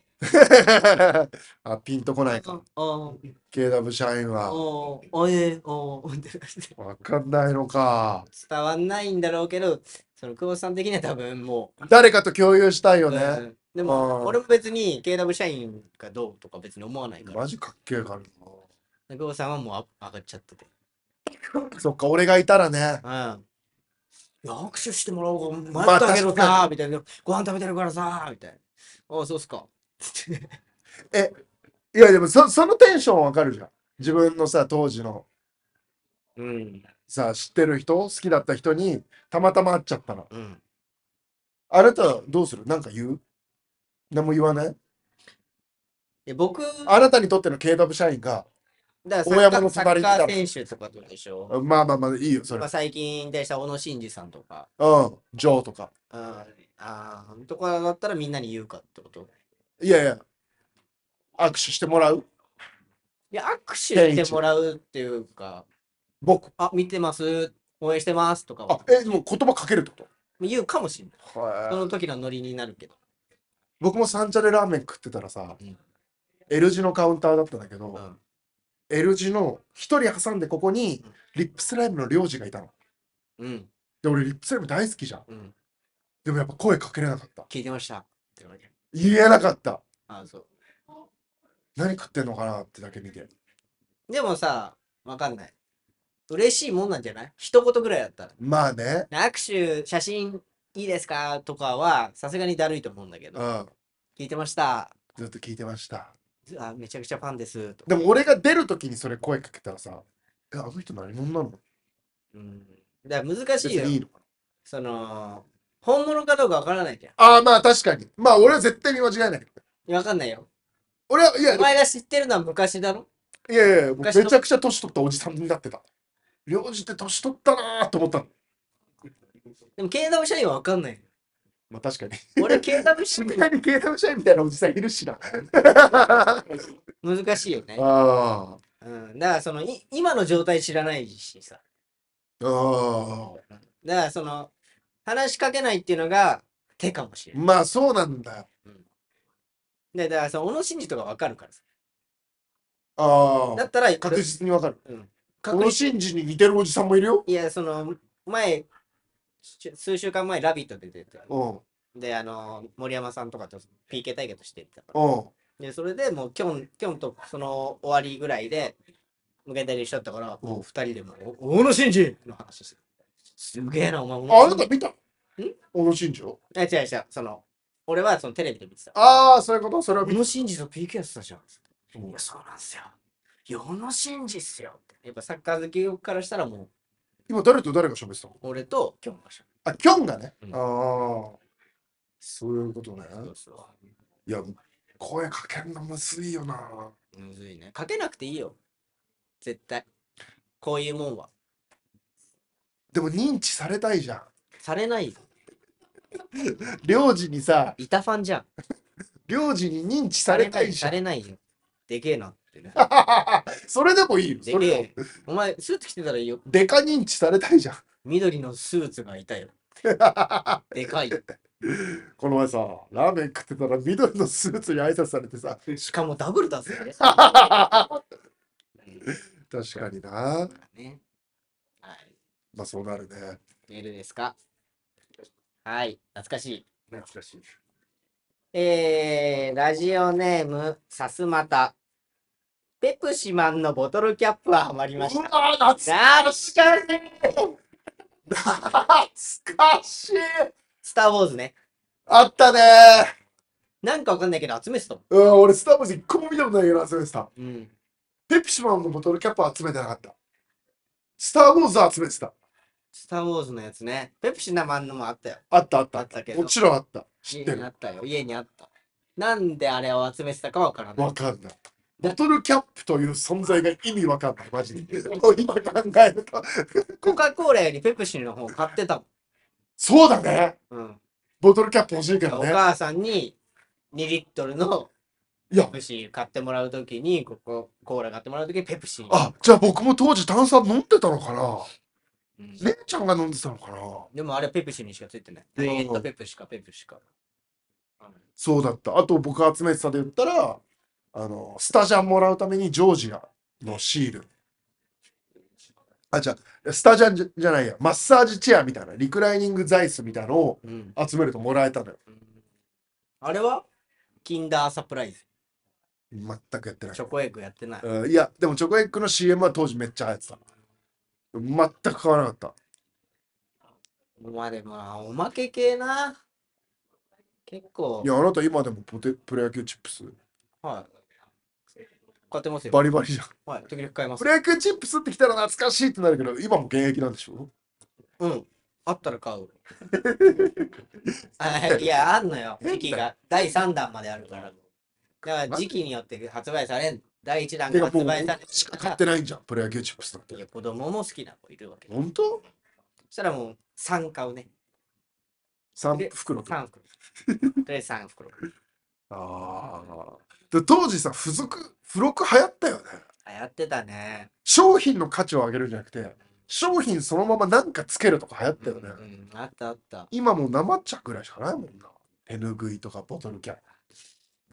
Speaker 2: あ、ピンとこないか。
Speaker 1: お
Speaker 2: KW 社員は。
Speaker 1: おおえおおって感じで
Speaker 2: わかんないのか。
Speaker 1: 伝わんないんだろうけど、その久保さん的には多分もう。
Speaker 2: 誰かと共有したいよね。
Speaker 1: うんでも
Speaker 2: うん
Speaker 1: 俺も別に KW 社員がどうとか別に思わないから
Speaker 2: マジかっけえからな。
Speaker 1: 久保さんはもうあ上がっちゃってて
Speaker 2: そっか、俺がいたらね。
Speaker 1: うんいや握手してもらおうか
Speaker 2: ま
Speaker 1: 迷
Speaker 2: あ
Speaker 1: ったけど
Speaker 2: 確か
Speaker 1: さみたいなご飯食べてるからさみたいなああそうっすかつって
Speaker 2: いや、でもそそのテンションわかるじゃん。自分のさ、当時の
Speaker 1: うん
Speaker 2: さ、知ってる人、好きだった人に、たまたま会っちゃったら。
Speaker 1: うん
Speaker 2: あなたどうするなんか言う何も言わない
Speaker 1: で僕だか
Speaker 2: あなたにとっての KW 社員が、
Speaker 1: らサ
Speaker 2: 大
Speaker 1: ッカ
Speaker 2: 山
Speaker 1: ー
Speaker 2: の
Speaker 1: サ
Speaker 2: 隣
Speaker 1: ッ
Speaker 2: にい
Speaker 1: カ
Speaker 2: たら
Speaker 1: ー選手とかとでしょ
Speaker 2: まあまあまあいいよ、それ。う
Speaker 1: まあ
Speaker 2: ん、
Speaker 1: 最近引退した小野伸二さんとか
Speaker 2: ジョーとか。
Speaker 1: うんああとかだったらみんなに言うかってこと
Speaker 2: いやいや、握手してもらう
Speaker 1: いや握手してもらうっていうか
Speaker 2: 僕。
Speaker 1: あ、見てます。応援してますとか
Speaker 2: あ
Speaker 1: は、
Speaker 2: え、でも言葉かけるってこ
Speaker 1: 言うかもしれない。
Speaker 2: と
Speaker 1: その時のノリになるけど。
Speaker 2: 僕も三茶でラーメン食ってたらさ
Speaker 1: うん、
Speaker 2: L 字のカウンターだったんだけ
Speaker 1: う
Speaker 2: ど、
Speaker 1: ん。
Speaker 2: L 字の一人挟んでここに
Speaker 1: うん、
Speaker 2: リップスライムの領事がいたの。
Speaker 1: うん。
Speaker 2: で、俺リップスライム大好きじゃん。
Speaker 1: うん。
Speaker 2: でもやっぱ声かけれなかった。
Speaker 1: 聞いてました。って言われて
Speaker 2: 言えなかった。
Speaker 1: あ、そう。
Speaker 2: 何食ってんのかなってだけ見て。
Speaker 1: でもさ、わかんない。嬉しいもんなんじゃない一言ぐらいだった
Speaker 2: まあね。
Speaker 1: ら。握手、写真いいですかとかは、さすがにだるいと思うんだけ
Speaker 2: う
Speaker 1: ど。
Speaker 2: ん。
Speaker 1: 聞いてました。
Speaker 2: ずっと聞いてました。
Speaker 1: あ、めちゃくちゃファンです。とか
Speaker 2: でも俺が出るときにそれ声かけたらさ、え、あの人何者なの
Speaker 1: うん。だから難しいよ。
Speaker 2: にいいのか
Speaker 1: その、本物かどうかわからないじゃ
Speaker 2: なああ、まあ確かに。まあ俺は絶対見間違いない。
Speaker 1: ん。わかんないよ。
Speaker 2: 俺は、いや、
Speaker 1: お前が知ってるのは昔だろ
Speaker 2: いやいやいや、め
Speaker 1: 昔の
Speaker 2: ちゃくちゃ年取ったおじさんになってた。領事って年取ったなーと思ったの。
Speaker 1: でも、KW 社員はわかんないよ。
Speaker 2: まあ確かに。
Speaker 1: 俺、KW 社
Speaker 2: 渋
Speaker 1: 員
Speaker 2: 谷に警察社員みたいなおじさんいるしな。
Speaker 1: 難しいよね。
Speaker 2: あ
Speaker 1: うん、だからそのい今の状態知らないしさ。
Speaker 2: あ、ああ。
Speaker 1: だからその話しかけないっていうのが手かもしれない。
Speaker 2: まあそうなんだよ。
Speaker 1: でだからその小野伸二とかわかるからさ。
Speaker 2: あ
Speaker 1: だ
Speaker 2: あ
Speaker 1: っ。たら
Speaker 2: 確実にわかる。こ
Speaker 1: 確
Speaker 2: の
Speaker 1: 実
Speaker 2: 信じに似てるおじさんもいるよ。
Speaker 1: いやその前し数週間前「ラビット!」で出てた。
Speaker 2: うん。
Speaker 1: であの森山さんとかと PK 対決してたから。
Speaker 2: うん。
Speaker 1: でそれでもうきょんきょんとその終わりぐらいで無限大で一緒だったからもう二人でも「お小野伸二!」の話してた。すげえなお前。お前
Speaker 2: あ、あなた見たん小野伸二を
Speaker 1: あ、違う違う、その、俺はそのテレビで見てた。
Speaker 2: ああ、そういうことそれを
Speaker 1: 小
Speaker 2: 見た。
Speaker 1: 野伸二と PK やってたじゃん。
Speaker 2: うん
Speaker 1: いや、そうなんすよ。いや小野伸二っすよって。やっぱサッカー好きからしたらも
Speaker 2: 今誰と誰が喋ってたの
Speaker 1: う、俺と今日の人。
Speaker 2: あ、キョンがね。
Speaker 1: うん
Speaker 2: ああ。そういうことね。
Speaker 1: そうそ
Speaker 2: いや、声かけんのむずいよな。
Speaker 1: う。むずいね。かけなくていいよ。絶対。こういうもんは。
Speaker 2: でも認知されたいじゃん。
Speaker 1: されないよ。
Speaker 2: 領事にさ、
Speaker 1: 板ファンじゃん。
Speaker 2: 領事に認知されたいじ
Speaker 1: さ
Speaker 2: ゃん。
Speaker 1: れないよ。でけえなってね。
Speaker 2: それでもいいよ。
Speaker 1: で
Speaker 2: そ
Speaker 1: け
Speaker 2: れでも
Speaker 1: え。お前、スーツ着てたらいいよ。
Speaker 2: でか認知されたいじゃん。
Speaker 1: 緑のスーツがいた よ。でかいよ。
Speaker 2: この前さ、ラーメン食ってたら緑のスーツに挨拶されてさ、
Speaker 1: しかもダブルだぜ。
Speaker 2: 確かにな。
Speaker 1: ね。はい。
Speaker 2: まあそうなるね。
Speaker 1: メールですかはい。懐かしい。
Speaker 3: 懐かしい。
Speaker 1: えー、ラジオネーム、さすまた。ペプシマンのボトルキャップはハマり
Speaker 2: う
Speaker 1: ました。
Speaker 2: わ懐
Speaker 1: 懐かしい
Speaker 2: 懐かしい
Speaker 1: スター・ウォーズね。
Speaker 2: あったね
Speaker 1: なんかわかんないけど集めてたもん。
Speaker 2: うん、俺スターバックス一個も見たことないけど集めてた。
Speaker 1: うん。
Speaker 2: ペプシマンのボトルキャップは集めてなかった。スター・ウォーズ集めてた。
Speaker 1: スター・ウォーズのやつね。ペプシマンのもあったよ。
Speaker 2: あったあった。
Speaker 1: あったけど
Speaker 2: もちろんあった。知っ
Speaker 1: 家
Speaker 2: て
Speaker 1: にあ
Speaker 2: る。
Speaker 1: ったよ。家にあった。なんであれを集めてたかわからない
Speaker 2: わ。かんない。ボトルキャップという存在が意味わかんない、マジで。もう今考えると。
Speaker 1: コカ・コーラよりペプシの方買ってたも
Speaker 2: そうだね。
Speaker 1: ん。うん。
Speaker 2: ボトルキャップ欲しいけど
Speaker 1: お
Speaker 2: ね。
Speaker 1: 母さんに2リットルの
Speaker 2: いや
Speaker 1: ペプシ買ってもらうときに、ここ、コーラ買ってもらうときにペプシ。
Speaker 2: あ、じゃあ僕も当時炭酸飲んでたのかな
Speaker 1: うん
Speaker 2: 姉ちゃんが飲んでたのかな
Speaker 1: でもあれはペプシにしかついてない。
Speaker 2: う
Speaker 1: ダ
Speaker 2: ん
Speaker 1: イエットペプシかペプシか。
Speaker 2: そうだった。あと僕集めてたで言ったら、あの、スタジャンもらうためにジョージアのシール。あ、じゃあ、スタジャンじゃじゃないや、マッサージチェアみたいな、リクライニング座椅子みたいなのを
Speaker 1: うん。
Speaker 2: 集めるともらえたのよ。
Speaker 1: あれはキンダーサプライズ。
Speaker 2: 全くやってない
Speaker 1: チ。ョコエッグやってない。
Speaker 2: うんいや、でもチョコエッグの CM は当時めっちゃ流行ってた。全く買わなかった。
Speaker 1: まあでもな、おまけ系な。結構
Speaker 2: い、や、あなた今でもポテプロ野球チップス
Speaker 1: はい。買ってますよ。
Speaker 2: バリバリじゃん。
Speaker 1: はい、時々買います
Speaker 2: プ。ロ野球チップスって来たら懐かしいってなるけど、今も現役なんでしょ
Speaker 1: うん。あったら買う。 あいや、あんのよ。時期が第3弾まであるから。だから時期によって発売されん。第1弾
Speaker 2: て
Speaker 1: が
Speaker 2: かも
Speaker 1: 発
Speaker 2: う
Speaker 1: 売され
Speaker 2: しか
Speaker 1: る
Speaker 2: 買
Speaker 1: か
Speaker 2: ってないじゃん、プロ野球チップスなん
Speaker 1: ら。い
Speaker 2: て。
Speaker 1: や、子供も好きな子いるわけ。そ
Speaker 2: 本当
Speaker 1: したらもう3買うね。
Speaker 2: ?3 袋とか。
Speaker 1: 3袋。で、3袋。
Speaker 2: ああ。で当時さ、付属、付録流行ったよね。
Speaker 1: あ、やってたね。
Speaker 2: 商品の価値を上げるんじゃなくて、商品そのままなんかつけるとか流行ったよね。
Speaker 1: うんうん、あったあった。
Speaker 2: 今もう生茶ぐらいしかないもんな。手ぬぐいとかボトルキャップ。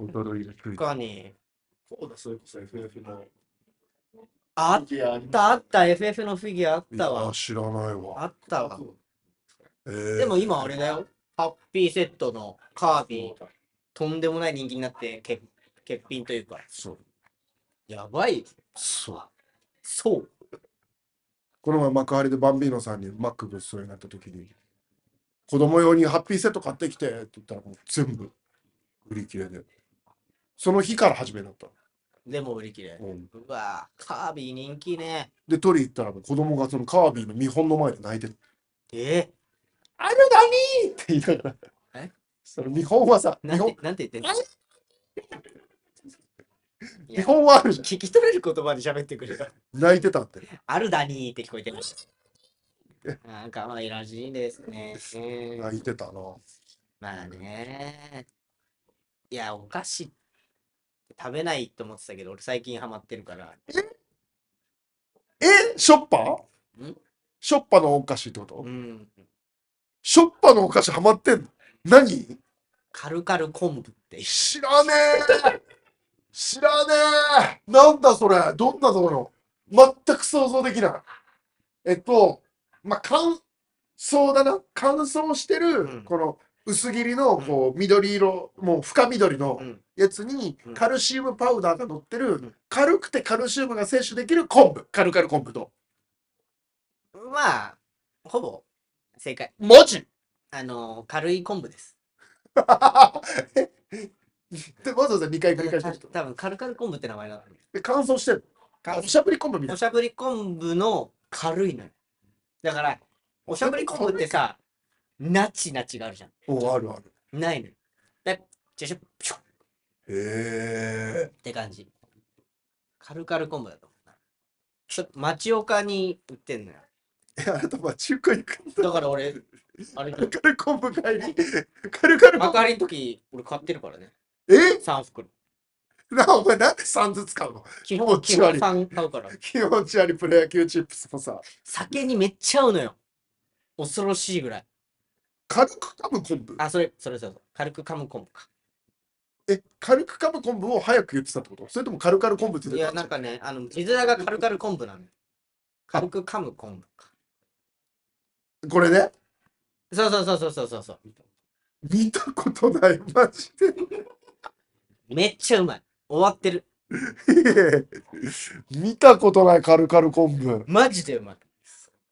Speaker 2: ボトル入れ食い。
Speaker 1: 他に。
Speaker 3: こうだ、それこそ FF の。
Speaker 1: あっ
Speaker 3: いや、あり
Speaker 1: たあった、FF のフィギュアあっ
Speaker 2: い
Speaker 1: た
Speaker 2: や
Speaker 1: わ。
Speaker 2: 知らないわ。
Speaker 1: あったわ。
Speaker 2: えー
Speaker 1: でも今あれだよ。ハッピーセットのカービィ、とんでもない人気になって、欠欠品というか。
Speaker 2: そう。
Speaker 1: やばい。
Speaker 2: そう。
Speaker 1: そう。
Speaker 2: この前幕張でバンビーノさんにマックごちそうになった時に、子供用にハッピーセット買ってきてって言ったらもう全部売り切れで。その日から始めだった。
Speaker 1: でも売り切れ。
Speaker 2: うん
Speaker 1: うわぁ、カービィ人気ね。
Speaker 2: で、取り行ったらもう子供がそのカービィの見本の前で泣いてる。
Speaker 1: え
Speaker 2: あれ何って言いながら
Speaker 1: え。
Speaker 2: その見本はさ、
Speaker 1: ー、
Speaker 2: 見
Speaker 1: なん
Speaker 2: 本
Speaker 1: て、なんて言ってん
Speaker 2: あ
Speaker 1: のい
Speaker 2: 見
Speaker 1: や
Speaker 2: 本はあるじゃん。
Speaker 1: 聞き取れる言葉で喋ってくれる。
Speaker 2: 泣いてたって。
Speaker 1: あるだにーって聞こえてました。なんかわいらしいですね。
Speaker 2: 泣いてたな。
Speaker 1: まあね。いや、お菓子食べないと思ってたけど、俺最近ハマってるから。
Speaker 2: えショッパ
Speaker 1: ん
Speaker 2: ショッパのお菓子ってこと
Speaker 1: うん。
Speaker 2: ショッパのお菓子ハマってんの何
Speaker 1: カルカル昆布っていう。
Speaker 2: 知らねえ知らねえなんだそれどんなところ全く想像できない。えっと、まあ、乾燥だな。乾燥してる、
Speaker 1: うん
Speaker 2: この薄切りのこう緑色、もう深緑の
Speaker 1: うん。
Speaker 2: やつに
Speaker 1: うん
Speaker 2: カルシウムパウダーが乗ってる、
Speaker 1: ん
Speaker 2: 軽くてカルシウムが摂取できる昆布。カルカル昆布と。
Speaker 1: まあ、ほぼ正解。
Speaker 2: マジ
Speaker 1: あの、軽い昆布です。
Speaker 2: でわざわざ2回繰り返してると。
Speaker 1: 多分カルカル昆布って名前なんだ
Speaker 2: で、乾燥してる。
Speaker 1: 乾
Speaker 2: おしゃぶり昆布みたい
Speaker 1: お
Speaker 2: な。
Speaker 1: しゃぶり昆布の軽いのよ。だから、おしゃぶり昆布ってさ、ナチナチがあるじゃ
Speaker 2: おあるある。
Speaker 1: ん。ないのよ。で、チュシュッピュッっ
Speaker 2: へえ。
Speaker 1: て感じ。カルカル昆布だと思うな。ちょっと町岡に売ってんのよ。
Speaker 2: えあなた町中華行くんだ。
Speaker 1: だから俺、あれ、
Speaker 2: カルコンブ帰 り。カルカルコン
Speaker 1: 幕張の時、俺買ってるからね。
Speaker 2: ブ。え
Speaker 1: 3袋。
Speaker 2: なあ、お前なんで3ずつ買うの
Speaker 1: 基
Speaker 2: 気持
Speaker 1: 本、
Speaker 2: ち
Speaker 1: 基本
Speaker 2: 悪い
Speaker 1: 3買うから。
Speaker 2: 気持ち悪いプロ野球チップスもさ、
Speaker 1: 酒にめっちゃ合うのよ。恐ろしいぐらい。
Speaker 2: 軽く噛む昆布。
Speaker 1: あ、それ、それそうそう。軽く噛む昆布か。
Speaker 2: え、軽く噛む昆布を早く言ってたってことそれともカルカル昆布って
Speaker 1: い
Speaker 2: 言っ
Speaker 1: や、
Speaker 2: てた
Speaker 1: なんかね、あの、字面が軽々昆布なのよ。軽く噛む昆布か。
Speaker 2: これね、
Speaker 1: そうそうそうそうそうそう。
Speaker 2: 見たことない、マジで。
Speaker 1: めっちゃうまい。終わってる。
Speaker 2: 見たことないカルカル昆布。
Speaker 1: マジでうまい。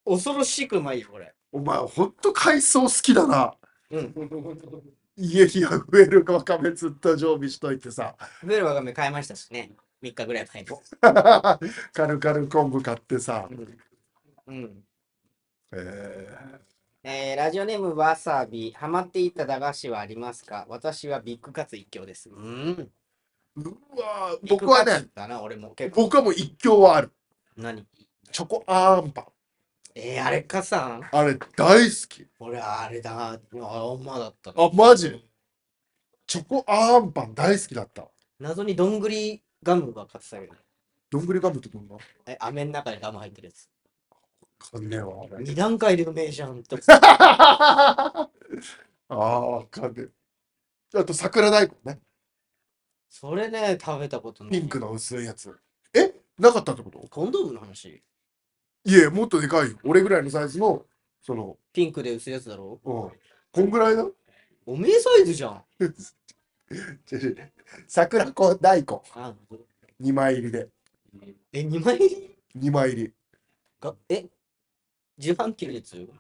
Speaker 1: 恐ろしくうまいよ、これ。
Speaker 2: お前、ほんと海藻好きだな。
Speaker 1: うん。
Speaker 2: 家にあふれるわかめ釣った常備しといてさ。
Speaker 1: フェルワガメ買いましたしね。3日ぐらい前に。
Speaker 2: カルカル昆布買ってさ。
Speaker 1: うん。
Speaker 2: えー
Speaker 1: えーラジオネームわさび。ハマっていた駄菓子はありますか私はビッグカツ一強です。うん。
Speaker 2: うわー僕は
Speaker 1: ビッグカ
Speaker 2: ね
Speaker 1: ツ、だな、俺も結構。
Speaker 2: 僕はもう一強はある。
Speaker 1: 何
Speaker 2: チョコあんパン。
Speaker 1: えー、あれかさん。
Speaker 2: あれ大好き。
Speaker 1: 俺、あれだ。あ、ほんまだったな。
Speaker 2: あ、マジチョコあんパン大好きだった。
Speaker 1: 謎にどんぐりガムが買ってたけど。
Speaker 2: どんぐりガムってどんなわ
Speaker 1: え、飴の中にガム入ってるやつ。
Speaker 2: かんねえわ。
Speaker 1: 二段階でうめえじゃんと。
Speaker 2: ああ、わかんねえ。あと、桜大根ね。
Speaker 1: それね、食べたことない。
Speaker 2: ピンクの薄いやつ。えなかったってこと
Speaker 1: コンドームの話
Speaker 2: いえ、もっとでかいよ。俺ぐらいのサイズの、その、
Speaker 1: ピンクで薄いやつだろ
Speaker 2: うん。こんぐらいだよ
Speaker 1: おめえサイズじゃん。
Speaker 2: 違う違う 桜子大根。
Speaker 1: あ
Speaker 2: 2枚入りで。
Speaker 1: え、2枚入り
Speaker 2: 2枚入り。
Speaker 1: がえ自販機のやつ自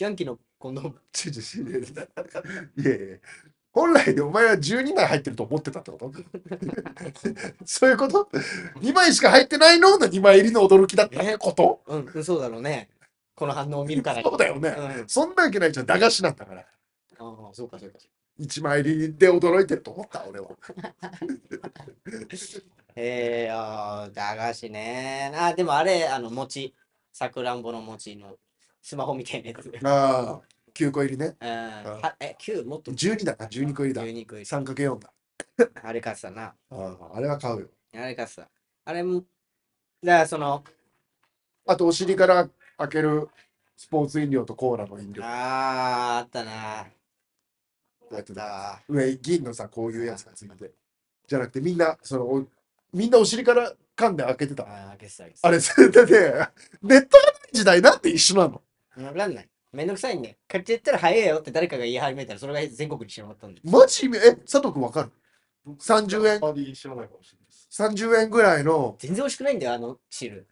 Speaker 1: 販機のコンドーム。
Speaker 2: ちょちょちょ いやいや本来でお前は12枚入ってると思ってたってこと そういうこと ?2 枚しか入ってないのの2枚入りの驚きだった
Speaker 1: え
Speaker 2: こと
Speaker 1: うん、うんそうだろうね。この反応を見るから。
Speaker 2: そうだよね。
Speaker 1: うん。
Speaker 2: そんなわけないじゃん。駄菓子なんだから。
Speaker 1: ああ、そうかそうか。
Speaker 2: 1枚入りで驚いてると思った俺は。
Speaker 1: えー、あー駄菓子ね。あー、でもあれ、あの、餅。さくらんぼの餅のスマホみたいなやつ。うん。
Speaker 2: ああ、9個入りね。
Speaker 1: はえ、9もっと
Speaker 2: 12だな。12個入りだ。
Speaker 1: 12個いる
Speaker 2: 3×4 だ。
Speaker 1: あれ買ってたな。
Speaker 2: あああれは買うよ。
Speaker 1: あれ買ってた。あれも、だからその、
Speaker 2: あと、お尻から開けるスポーツ飲料とコーラの飲料。
Speaker 1: あー、あったな。あ
Speaker 2: や
Speaker 1: っ
Speaker 2: って
Speaker 1: た
Speaker 2: た
Speaker 1: わ。
Speaker 2: 上銀のさこういうやつがついててじゃなくてみんなそのおみんなお尻から噛んで開けて
Speaker 1: あ
Speaker 2: た
Speaker 1: ー、開けてた。開けてた
Speaker 2: あれそれでねネットがない時代なんて一緒なの
Speaker 1: わかんない。めんどくさいんだよ。買っちゃったら早いよって誰かが言い始めたら、それが全国に広まったんだよ。
Speaker 2: マジ意味え佐藤君わかる30円
Speaker 3: あまり知らないかもしれないです。
Speaker 2: 30円ぐらいの
Speaker 1: 全然美味しくないんだよ、あの汁。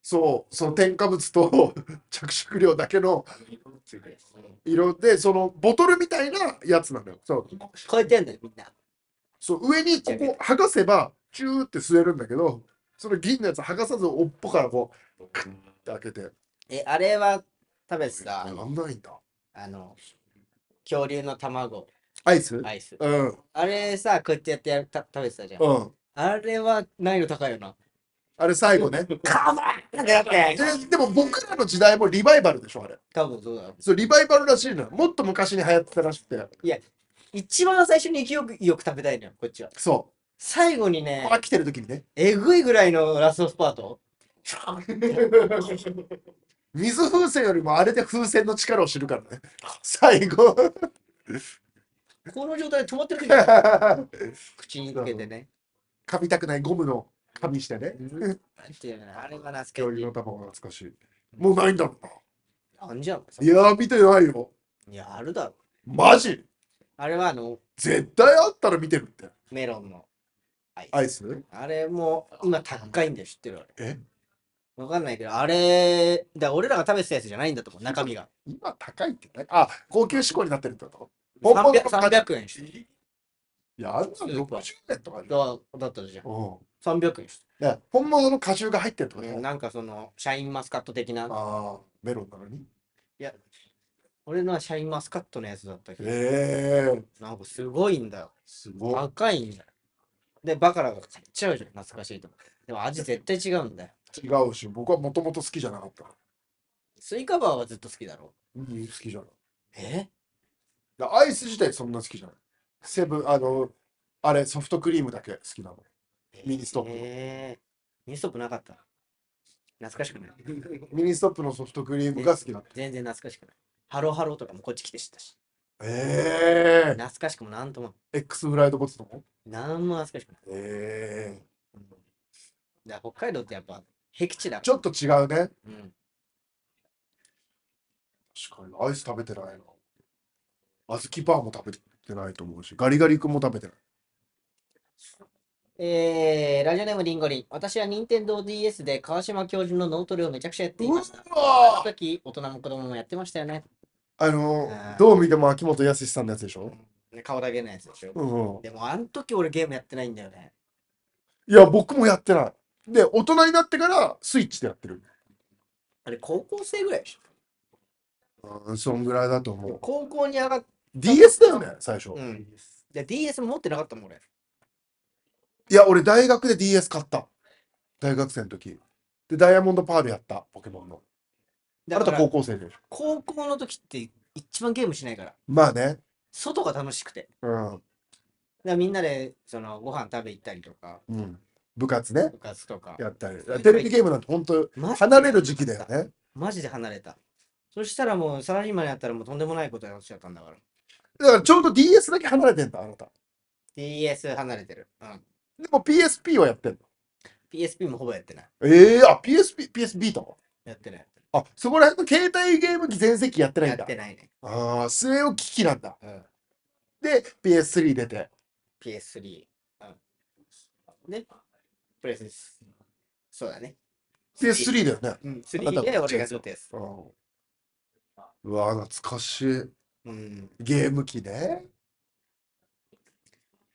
Speaker 2: そうその添加物と 着色料だけの
Speaker 3: あの色のついてるやつ
Speaker 2: 色でそのボトルみたいなやつなのよそう
Speaker 1: 超えてんだよ、みんな。
Speaker 2: そう上にここ剥がせばチューって吸えるんだけどその銀のやつ剥がさずおっぽからこうって開けて
Speaker 1: え、あれは食べてた、あ
Speaker 2: や
Speaker 1: の、
Speaker 2: んないんだ
Speaker 1: あの恐竜の卵、
Speaker 2: アイス
Speaker 1: アイス。
Speaker 2: うん
Speaker 1: あれさ、こうやってやってやるた食べてたじゃん。
Speaker 2: うん
Speaker 1: あれは難易度高いよな。
Speaker 2: あれ最後ね。
Speaker 1: かわいなんかだって
Speaker 2: ででも僕らの時代もリバイバルでしょ、あれ。
Speaker 1: 多分そうだろう。
Speaker 2: そう、リバイバルらしいのよ。もっと昔に流行ってたらしくて。
Speaker 1: 一番最初に勢いよく食べたいのよ、こっちは。
Speaker 2: そ
Speaker 1: 最後に
Speaker 2: う。
Speaker 1: ね、
Speaker 2: 飽きてる時にね。
Speaker 1: えぐいぐらいのラストスパート。
Speaker 2: 水風船よりもあれで風船の力を知るからね。最後。
Speaker 1: この状態で止まってる時に
Speaker 2: 噛
Speaker 1: 口につけてね。
Speaker 2: みたくないゴムの紙してね。
Speaker 1: っていうね、あれがなすけ
Speaker 2: 恐
Speaker 1: ど。
Speaker 2: 竜の卵が懐かしい。もうないんだろう
Speaker 1: あんじゃん。
Speaker 2: な。いやー、見てないよ。
Speaker 1: いや、あるだろ。
Speaker 2: マジ
Speaker 1: あれはあの、
Speaker 2: 絶対あったら見てるって。
Speaker 1: メロンのアイス。
Speaker 2: アイス
Speaker 1: あれも今高いんだよ、知ってるあれ。
Speaker 2: え
Speaker 1: わかんないけど、あれ、だ俺らが食べてたやつじゃないんだと思う、中身が。
Speaker 2: 今高いってね。あ、高級志向になってるってこと本物の
Speaker 1: 300,
Speaker 2: 価値
Speaker 1: 300円して
Speaker 2: いや、あんなの60円とかで。
Speaker 1: だだったじゃん。
Speaker 2: うん。
Speaker 1: 300円し
Speaker 2: だから本物の果汁が入ってるってこと
Speaker 1: て
Speaker 2: ね。
Speaker 1: る。なんかその、シャインマスカット的な。
Speaker 2: ああ、メロンなのに。
Speaker 1: 俺のはシャインマスカットのやつだったけど、
Speaker 2: ええ
Speaker 1: なんかすごいんだよ。
Speaker 2: すごい。
Speaker 1: 高いんだよ。で、バカラが買っちゃうじゃん、懐かしいと思って。でも味絶対違うんだよ。
Speaker 2: 違うし、僕はもともと好きじゃなかった。
Speaker 1: スイカバーはずっと好きだろ。
Speaker 2: うん、好きじゃない。
Speaker 1: え
Speaker 2: だからアイス自体そんな好きじゃない。セブン、あの、あれ、ソフトクリームだけ好きなの。ミニストップ
Speaker 1: えー、ミニストップなかった。懐かしくない。
Speaker 2: ミニストップのソフトクリームが好きだった。
Speaker 1: 全然懐かしくない。ハローハローとかもこっち来て知ったし。
Speaker 2: ええ
Speaker 1: 懐かしくもなんとも。
Speaker 2: X フライドポテトも
Speaker 1: なんも懐かしくない。
Speaker 2: ええ
Speaker 1: だから北海道ってやっぱ、僻地だ
Speaker 2: ち
Speaker 1: から。
Speaker 2: ょっと違うね。
Speaker 1: うん。
Speaker 2: 確かに、アイス食べてないな。小豆パンも食べてないと思うし、ガリガリ君も食べてない。
Speaker 1: えー、ラジオネームリンゴリン。私は任天堂 d s で川島教授の脳トレをめちゃくちゃやっていました。
Speaker 2: うわ
Speaker 1: あの時、大人も子供もやってましたよね。
Speaker 2: あの
Speaker 1: あー
Speaker 2: どう見ても秋元康さんのやつでしょ、
Speaker 1: ね顔だけのやつでしょ。
Speaker 2: うんうん、
Speaker 1: でも、あの時俺ゲームやってないんだよね。
Speaker 2: いや僕もやってないで大人になってからスイッチでやってる
Speaker 1: あれ、高校生ぐらいでし
Speaker 2: うんそんぐらいだと思
Speaker 1: ょ。
Speaker 2: う
Speaker 1: 高校に上がっ
Speaker 2: DS だよね最初、
Speaker 1: う
Speaker 2: い
Speaker 1: ん。で、DS も持ってなかったもん、俺。
Speaker 2: や俺大学で DS 買った大学生の時でダイヤモンドパールやったポケモンのあ
Speaker 1: だ
Speaker 2: な
Speaker 1: から
Speaker 2: た高校生でしょ
Speaker 1: 高校の時って一番ゲームしないから、
Speaker 2: まあね
Speaker 1: 外が楽しくて。
Speaker 2: うん
Speaker 1: でみんなでそのご飯食べ行ったりとか、
Speaker 2: うん、部活ね
Speaker 1: 部活とか。
Speaker 2: やったりテレビゲームなんて本当
Speaker 1: マジで
Speaker 2: 離れる時期だよね
Speaker 1: マジで離れた。そしたらもうサラリーマンやったらもうとんでもないことになっちゃったんだから。
Speaker 2: だからちょうど DS だけ離れてんだあなた
Speaker 1: DS 離れてる。うん。
Speaker 2: でも PSP はやってんの
Speaker 1: PSP もほぼやってない。
Speaker 2: ええあ PSP PSB と
Speaker 1: やってない。
Speaker 2: あそこら辺の携帯ゲーム機全盛期やってない
Speaker 1: や
Speaker 2: んだ
Speaker 1: ってないね。
Speaker 2: ああ末置き機なんだ
Speaker 1: うん。
Speaker 2: で PS3 出て
Speaker 1: PS3。うん。で、プレスです。そうだね。
Speaker 2: PS3 だよね
Speaker 1: うん、3で俺がずっとやつ。
Speaker 2: うんうわ懐かしい
Speaker 1: うん、
Speaker 2: ゲーム機ね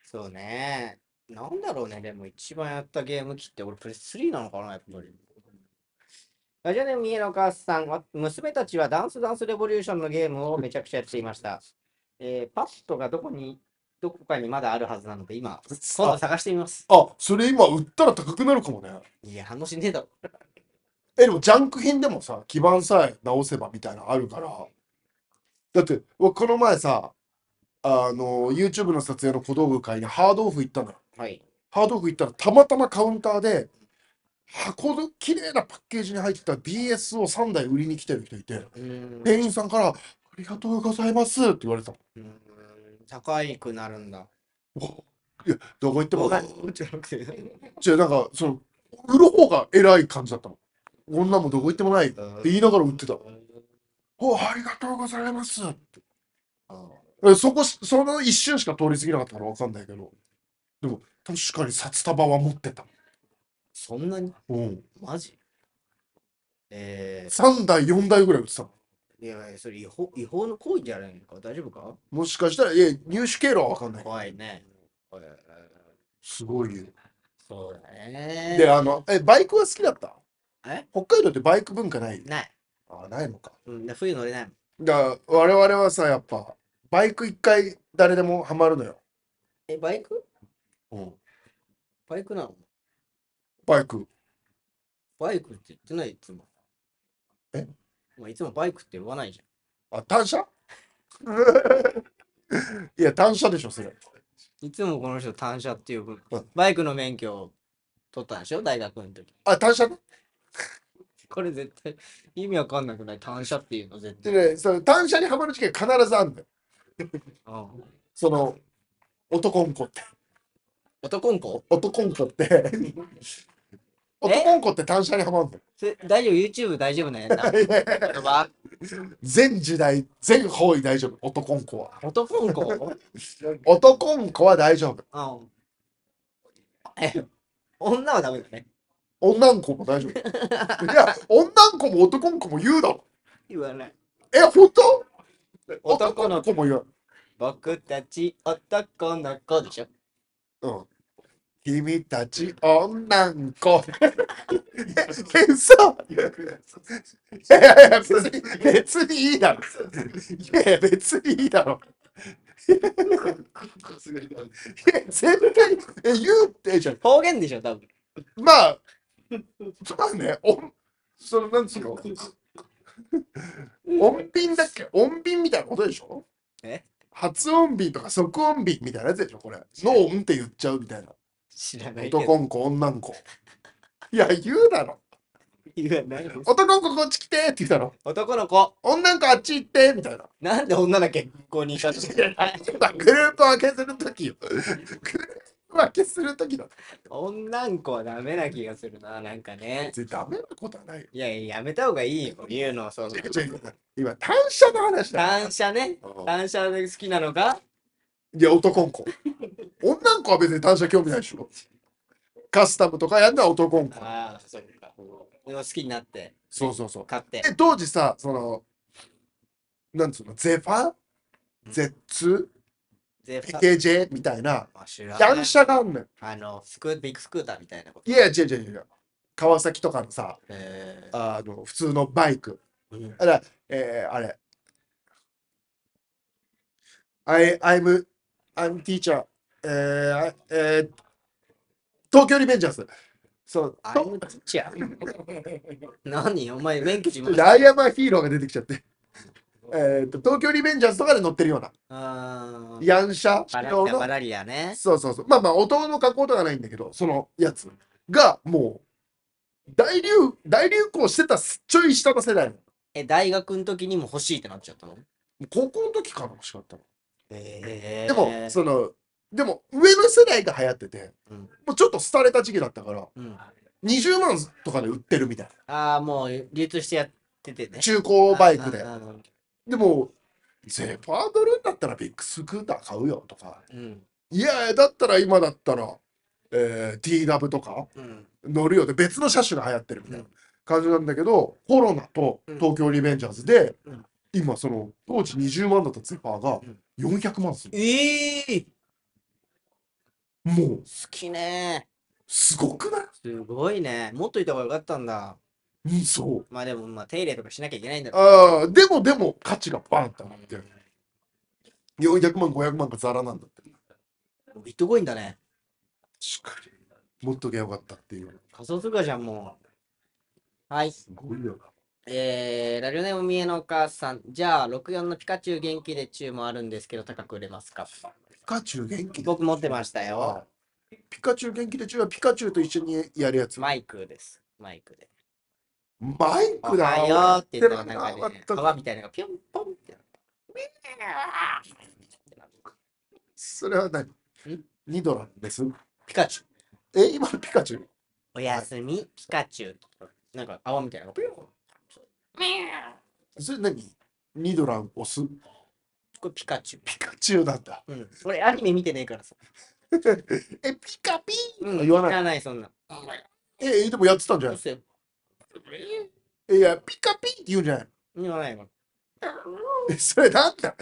Speaker 1: そうね。なんだろうね、でも一番やったゲーム機って俺プレス3なのかな、やっぱり。ラジオネーム、三重のお母さんは、娘たちはダンスダンスレボリューションのゲームをめちゃくちゃやっていました。えーパッドがどこに、どこかにまだあるはずなので、今、今度
Speaker 2: あ
Speaker 1: 探してみます。
Speaker 2: あそれ今売ったら高くなるかもね
Speaker 1: いや、反応しねえだろ。
Speaker 2: えでもジャンク品でもさ基盤さえ直せばみたいなのあるからだってわこの前さあの YouTube の撮影の小道具会にハードオフ行ったのよ
Speaker 1: はい。
Speaker 2: ハードオフ行ったらたまたまカウンターで箱の綺麗なパッケージに入ってた DS を3台売りに来てる人いて
Speaker 1: うーん。
Speaker 2: 店員さんから「ありがとうございます」って言われたの
Speaker 1: うーん高いくなるんだ。
Speaker 2: おいやどこ行っても
Speaker 1: い。じゃなくて。
Speaker 2: じゃあなんかその売る方が偉い感じだったのこんなもんどこ行ってもないって言いながら売ってたおありがとうございます
Speaker 1: あ
Speaker 2: えそこ、その一瞬しか通り過ぎなかったからわかんないけど。でも、確かに札束は持ってた。
Speaker 1: そんなに
Speaker 2: うん。
Speaker 1: マジえー、
Speaker 2: 3台、4台ぐらい売ってたの。
Speaker 1: いやいや、それ違法違法の行為じゃないのか大丈夫か
Speaker 2: もしかしたら、いや、入手経路はわかんない。
Speaker 1: 怖いね。
Speaker 2: すごいよ。
Speaker 1: そうだね。
Speaker 2: で、あの、え、バイクは好きだった
Speaker 1: え
Speaker 2: 北海道ってバイク文化ない
Speaker 1: ない。
Speaker 2: あ、ないのか。
Speaker 1: うん、で冬乗れないもん。
Speaker 2: だから、我々はさ、やっぱ、バイク一回誰でもハマるのよ。
Speaker 1: え、バイク
Speaker 2: うん。
Speaker 1: バイクなの
Speaker 2: バイク。
Speaker 1: バイクって言ってない、いつも。
Speaker 2: え
Speaker 1: まあ、いつもバイクって言わないじ
Speaker 2: あ、単車 いや、単車でしょ、それ。
Speaker 1: ゃん。いつもこの人、単車っていう分
Speaker 2: うん。
Speaker 1: バイクの免許を取ったんでしょ大学の時。
Speaker 2: あ、単車ね。
Speaker 1: これ絶対意味わかんなくない単車っていうの絶
Speaker 2: で
Speaker 1: 対。
Speaker 2: ね、その単車にハマる時期が必ずあるのよ。
Speaker 1: うん、
Speaker 2: その男んこって
Speaker 1: 男ん子
Speaker 2: 男んこって男んこって単車にはまんの
Speaker 1: それ大丈夫 ?YouTube 大丈夫なやつだ。言葉
Speaker 2: 全時代全方位大丈夫男んこは
Speaker 1: 男の子
Speaker 2: 男んこは大丈夫
Speaker 1: うん。え、女はダメだね。
Speaker 2: 女んこも大丈 夫いや女んこも男んこも言うだろ
Speaker 1: 言わない。
Speaker 2: え本当
Speaker 1: 男
Speaker 2: 男
Speaker 1: の
Speaker 2: んこも言う
Speaker 1: 僕たち男の子でしょ。
Speaker 2: うん君たち女んこええ嘘いやいやいや別に別にいいだろいやいや別にいいだろいや絶対え言うってじゃん
Speaker 1: 方言でしょ、多分。
Speaker 2: まあそうねおそのなんつう の音便だっけ音便みたいなことでしょ
Speaker 1: え
Speaker 2: 発音便とか即音便みたいなやつでしょこれの音って言っちゃうみたいな
Speaker 1: 知らないけど。
Speaker 2: 男んこ女んこいや言うだろ
Speaker 1: 言わないです
Speaker 2: 男んここっち来てって言うだろ
Speaker 1: 男の子。
Speaker 2: 女んこあっち行ってみたいな
Speaker 1: なんで女だけここにいたんですか
Speaker 2: グループ分けするときよグループ分けするときだ
Speaker 1: 女ん子はダメな気がするな、なんかね。
Speaker 2: 別にダメなことはないよ
Speaker 1: いやいや、やめた方がいいよ、言うの。そうそう
Speaker 2: 今単車の話だ
Speaker 1: 単車ね。単車で好きなのか
Speaker 2: いや、男んこ。女んこは別に単車興味ないでしょ。カスタムとかやるのは男んこ。
Speaker 1: ああ、そうか。でも好きになって、
Speaker 2: そうそうそう。
Speaker 1: 買って。
Speaker 2: え、当時さ、その、なんつうの、ゼファ
Speaker 1: うん
Speaker 2: ゼッツ
Speaker 1: で、ふた
Speaker 2: ?KJ? みたいな、
Speaker 1: あ知らない
Speaker 2: 単車があんのよ。
Speaker 1: あの、スクービッグスクーターみたいなこと。
Speaker 2: いや、違う違う違う。川崎とかのさ、
Speaker 1: え
Speaker 2: あの、普通のバイク。
Speaker 1: ー、
Speaker 2: あら、えー、あれ。I, I'm, I'm teacher. えー、あえー、東京リベンジャーズ。そう、
Speaker 1: アイ
Speaker 2: と
Speaker 1: ム何お前、免許自
Speaker 2: ちょっ
Speaker 1: 慢
Speaker 2: とアイアンマンヒーローが出てきちゃって。えーと東京リベンジャーズとかで乗ってるような、
Speaker 1: うん。
Speaker 2: ヤンシャ
Speaker 1: バ
Speaker 2: 仕
Speaker 1: ラ
Speaker 2: 様
Speaker 1: リア、バ
Speaker 2: の、
Speaker 1: ラリアね。
Speaker 2: そうそうそう、まあまあ、音の加工とかないんだけど、そのやつがもう、大流、大流行してたすちょい下の世代の、
Speaker 1: え、大学の時にも欲しいってなっちゃったの
Speaker 2: 高校の時から欲しかったの。
Speaker 1: え
Speaker 2: でも、その、でも、上の世代が流行ってて、
Speaker 1: うん
Speaker 2: もうちょっと廃れた時期だったから、
Speaker 1: うん、あ
Speaker 2: 20万とかで売ってるみたい
Speaker 1: あ、もう流通してやっててね
Speaker 2: な。。中古バイクで
Speaker 1: う。ん
Speaker 2: でも、ゼパードルーンだったらビッグスクーター買うよとか、
Speaker 1: うん。
Speaker 2: いや、だったら今だったら、えー、TW とか
Speaker 1: うん。
Speaker 2: 乗るよで別の車種が流行ってるみたいな
Speaker 1: うん
Speaker 2: 感じなんだけど、コロナと
Speaker 1: うん
Speaker 2: 東京リベンジャーズで、
Speaker 1: うん
Speaker 2: 今その当時20万だったゼパーが
Speaker 1: うん
Speaker 2: 400万する。
Speaker 1: ええ
Speaker 2: もう、
Speaker 1: 好きね
Speaker 2: すごくない
Speaker 1: すごいね。持っといた方がよかったんだ。
Speaker 2: うん、そう。
Speaker 1: まあでも、まあ手入れとかしなきゃいけないんだろ
Speaker 2: ああ、でもでも価値がバーンって上がっ
Speaker 1: う
Speaker 2: て、400万、500万がザラなんだって。
Speaker 1: ビットコインだね。
Speaker 2: しっかり。持っときゃよかったっていう。
Speaker 1: 仮想通貨じゃん、もう。はい。
Speaker 2: すごいよな。
Speaker 1: えー、ラジオネームみえのお母さん。じゃあ、64のピカチュウ元気で中もあるんですけど、高く売れますか
Speaker 2: ピカチュウ元気で。
Speaker 1: 僕持ってましたよ。
Speaker 2: ピカチュウ元気で中はピカチュウと一緒にやるやつ。マ
Speaker 1: マイクです。マイクで。
Speaker 2: イ
Speaker 1: お
Speaker 2: クだ
Speaker 1: はようって言ったら、なんかね、
Speaker 2: やってなか
Speaker 1: 川
Speaker 2: った
Speaker 1: みたいなのがピョンポンってなって。
Speaker 2: それは何ニドラです。
Speaker 1: ピカチュウ。
Speaker 2: え、今のピカチュウ
Speaker 1: おやすみ、ピカチュウ。なんか泡みたいなのがピョン。
Speaker 2: それ何ニドラ押す
Speaker 1: これピカチュウ。
Speaker 2: ピカチュウなんだ。
Speaker 1: うん。俺アニメ見てねえからさ。
Speaker 2: え、ピカピー
Speaker 1: うん。
Speaker 2: 言わない
Speaker 1: いらない、そんな。
Speaker 2: え、でもやってたんじ
Speaker 1: ど
Speaker 2: ゃな
Speaker 1: う
Speaker 2: い
Speaker 1: せ
Speaker 2: えいや、ピカピーって言うんじゃない
Speaker 1: 言わないの。
Speaker 2: えそれなんだ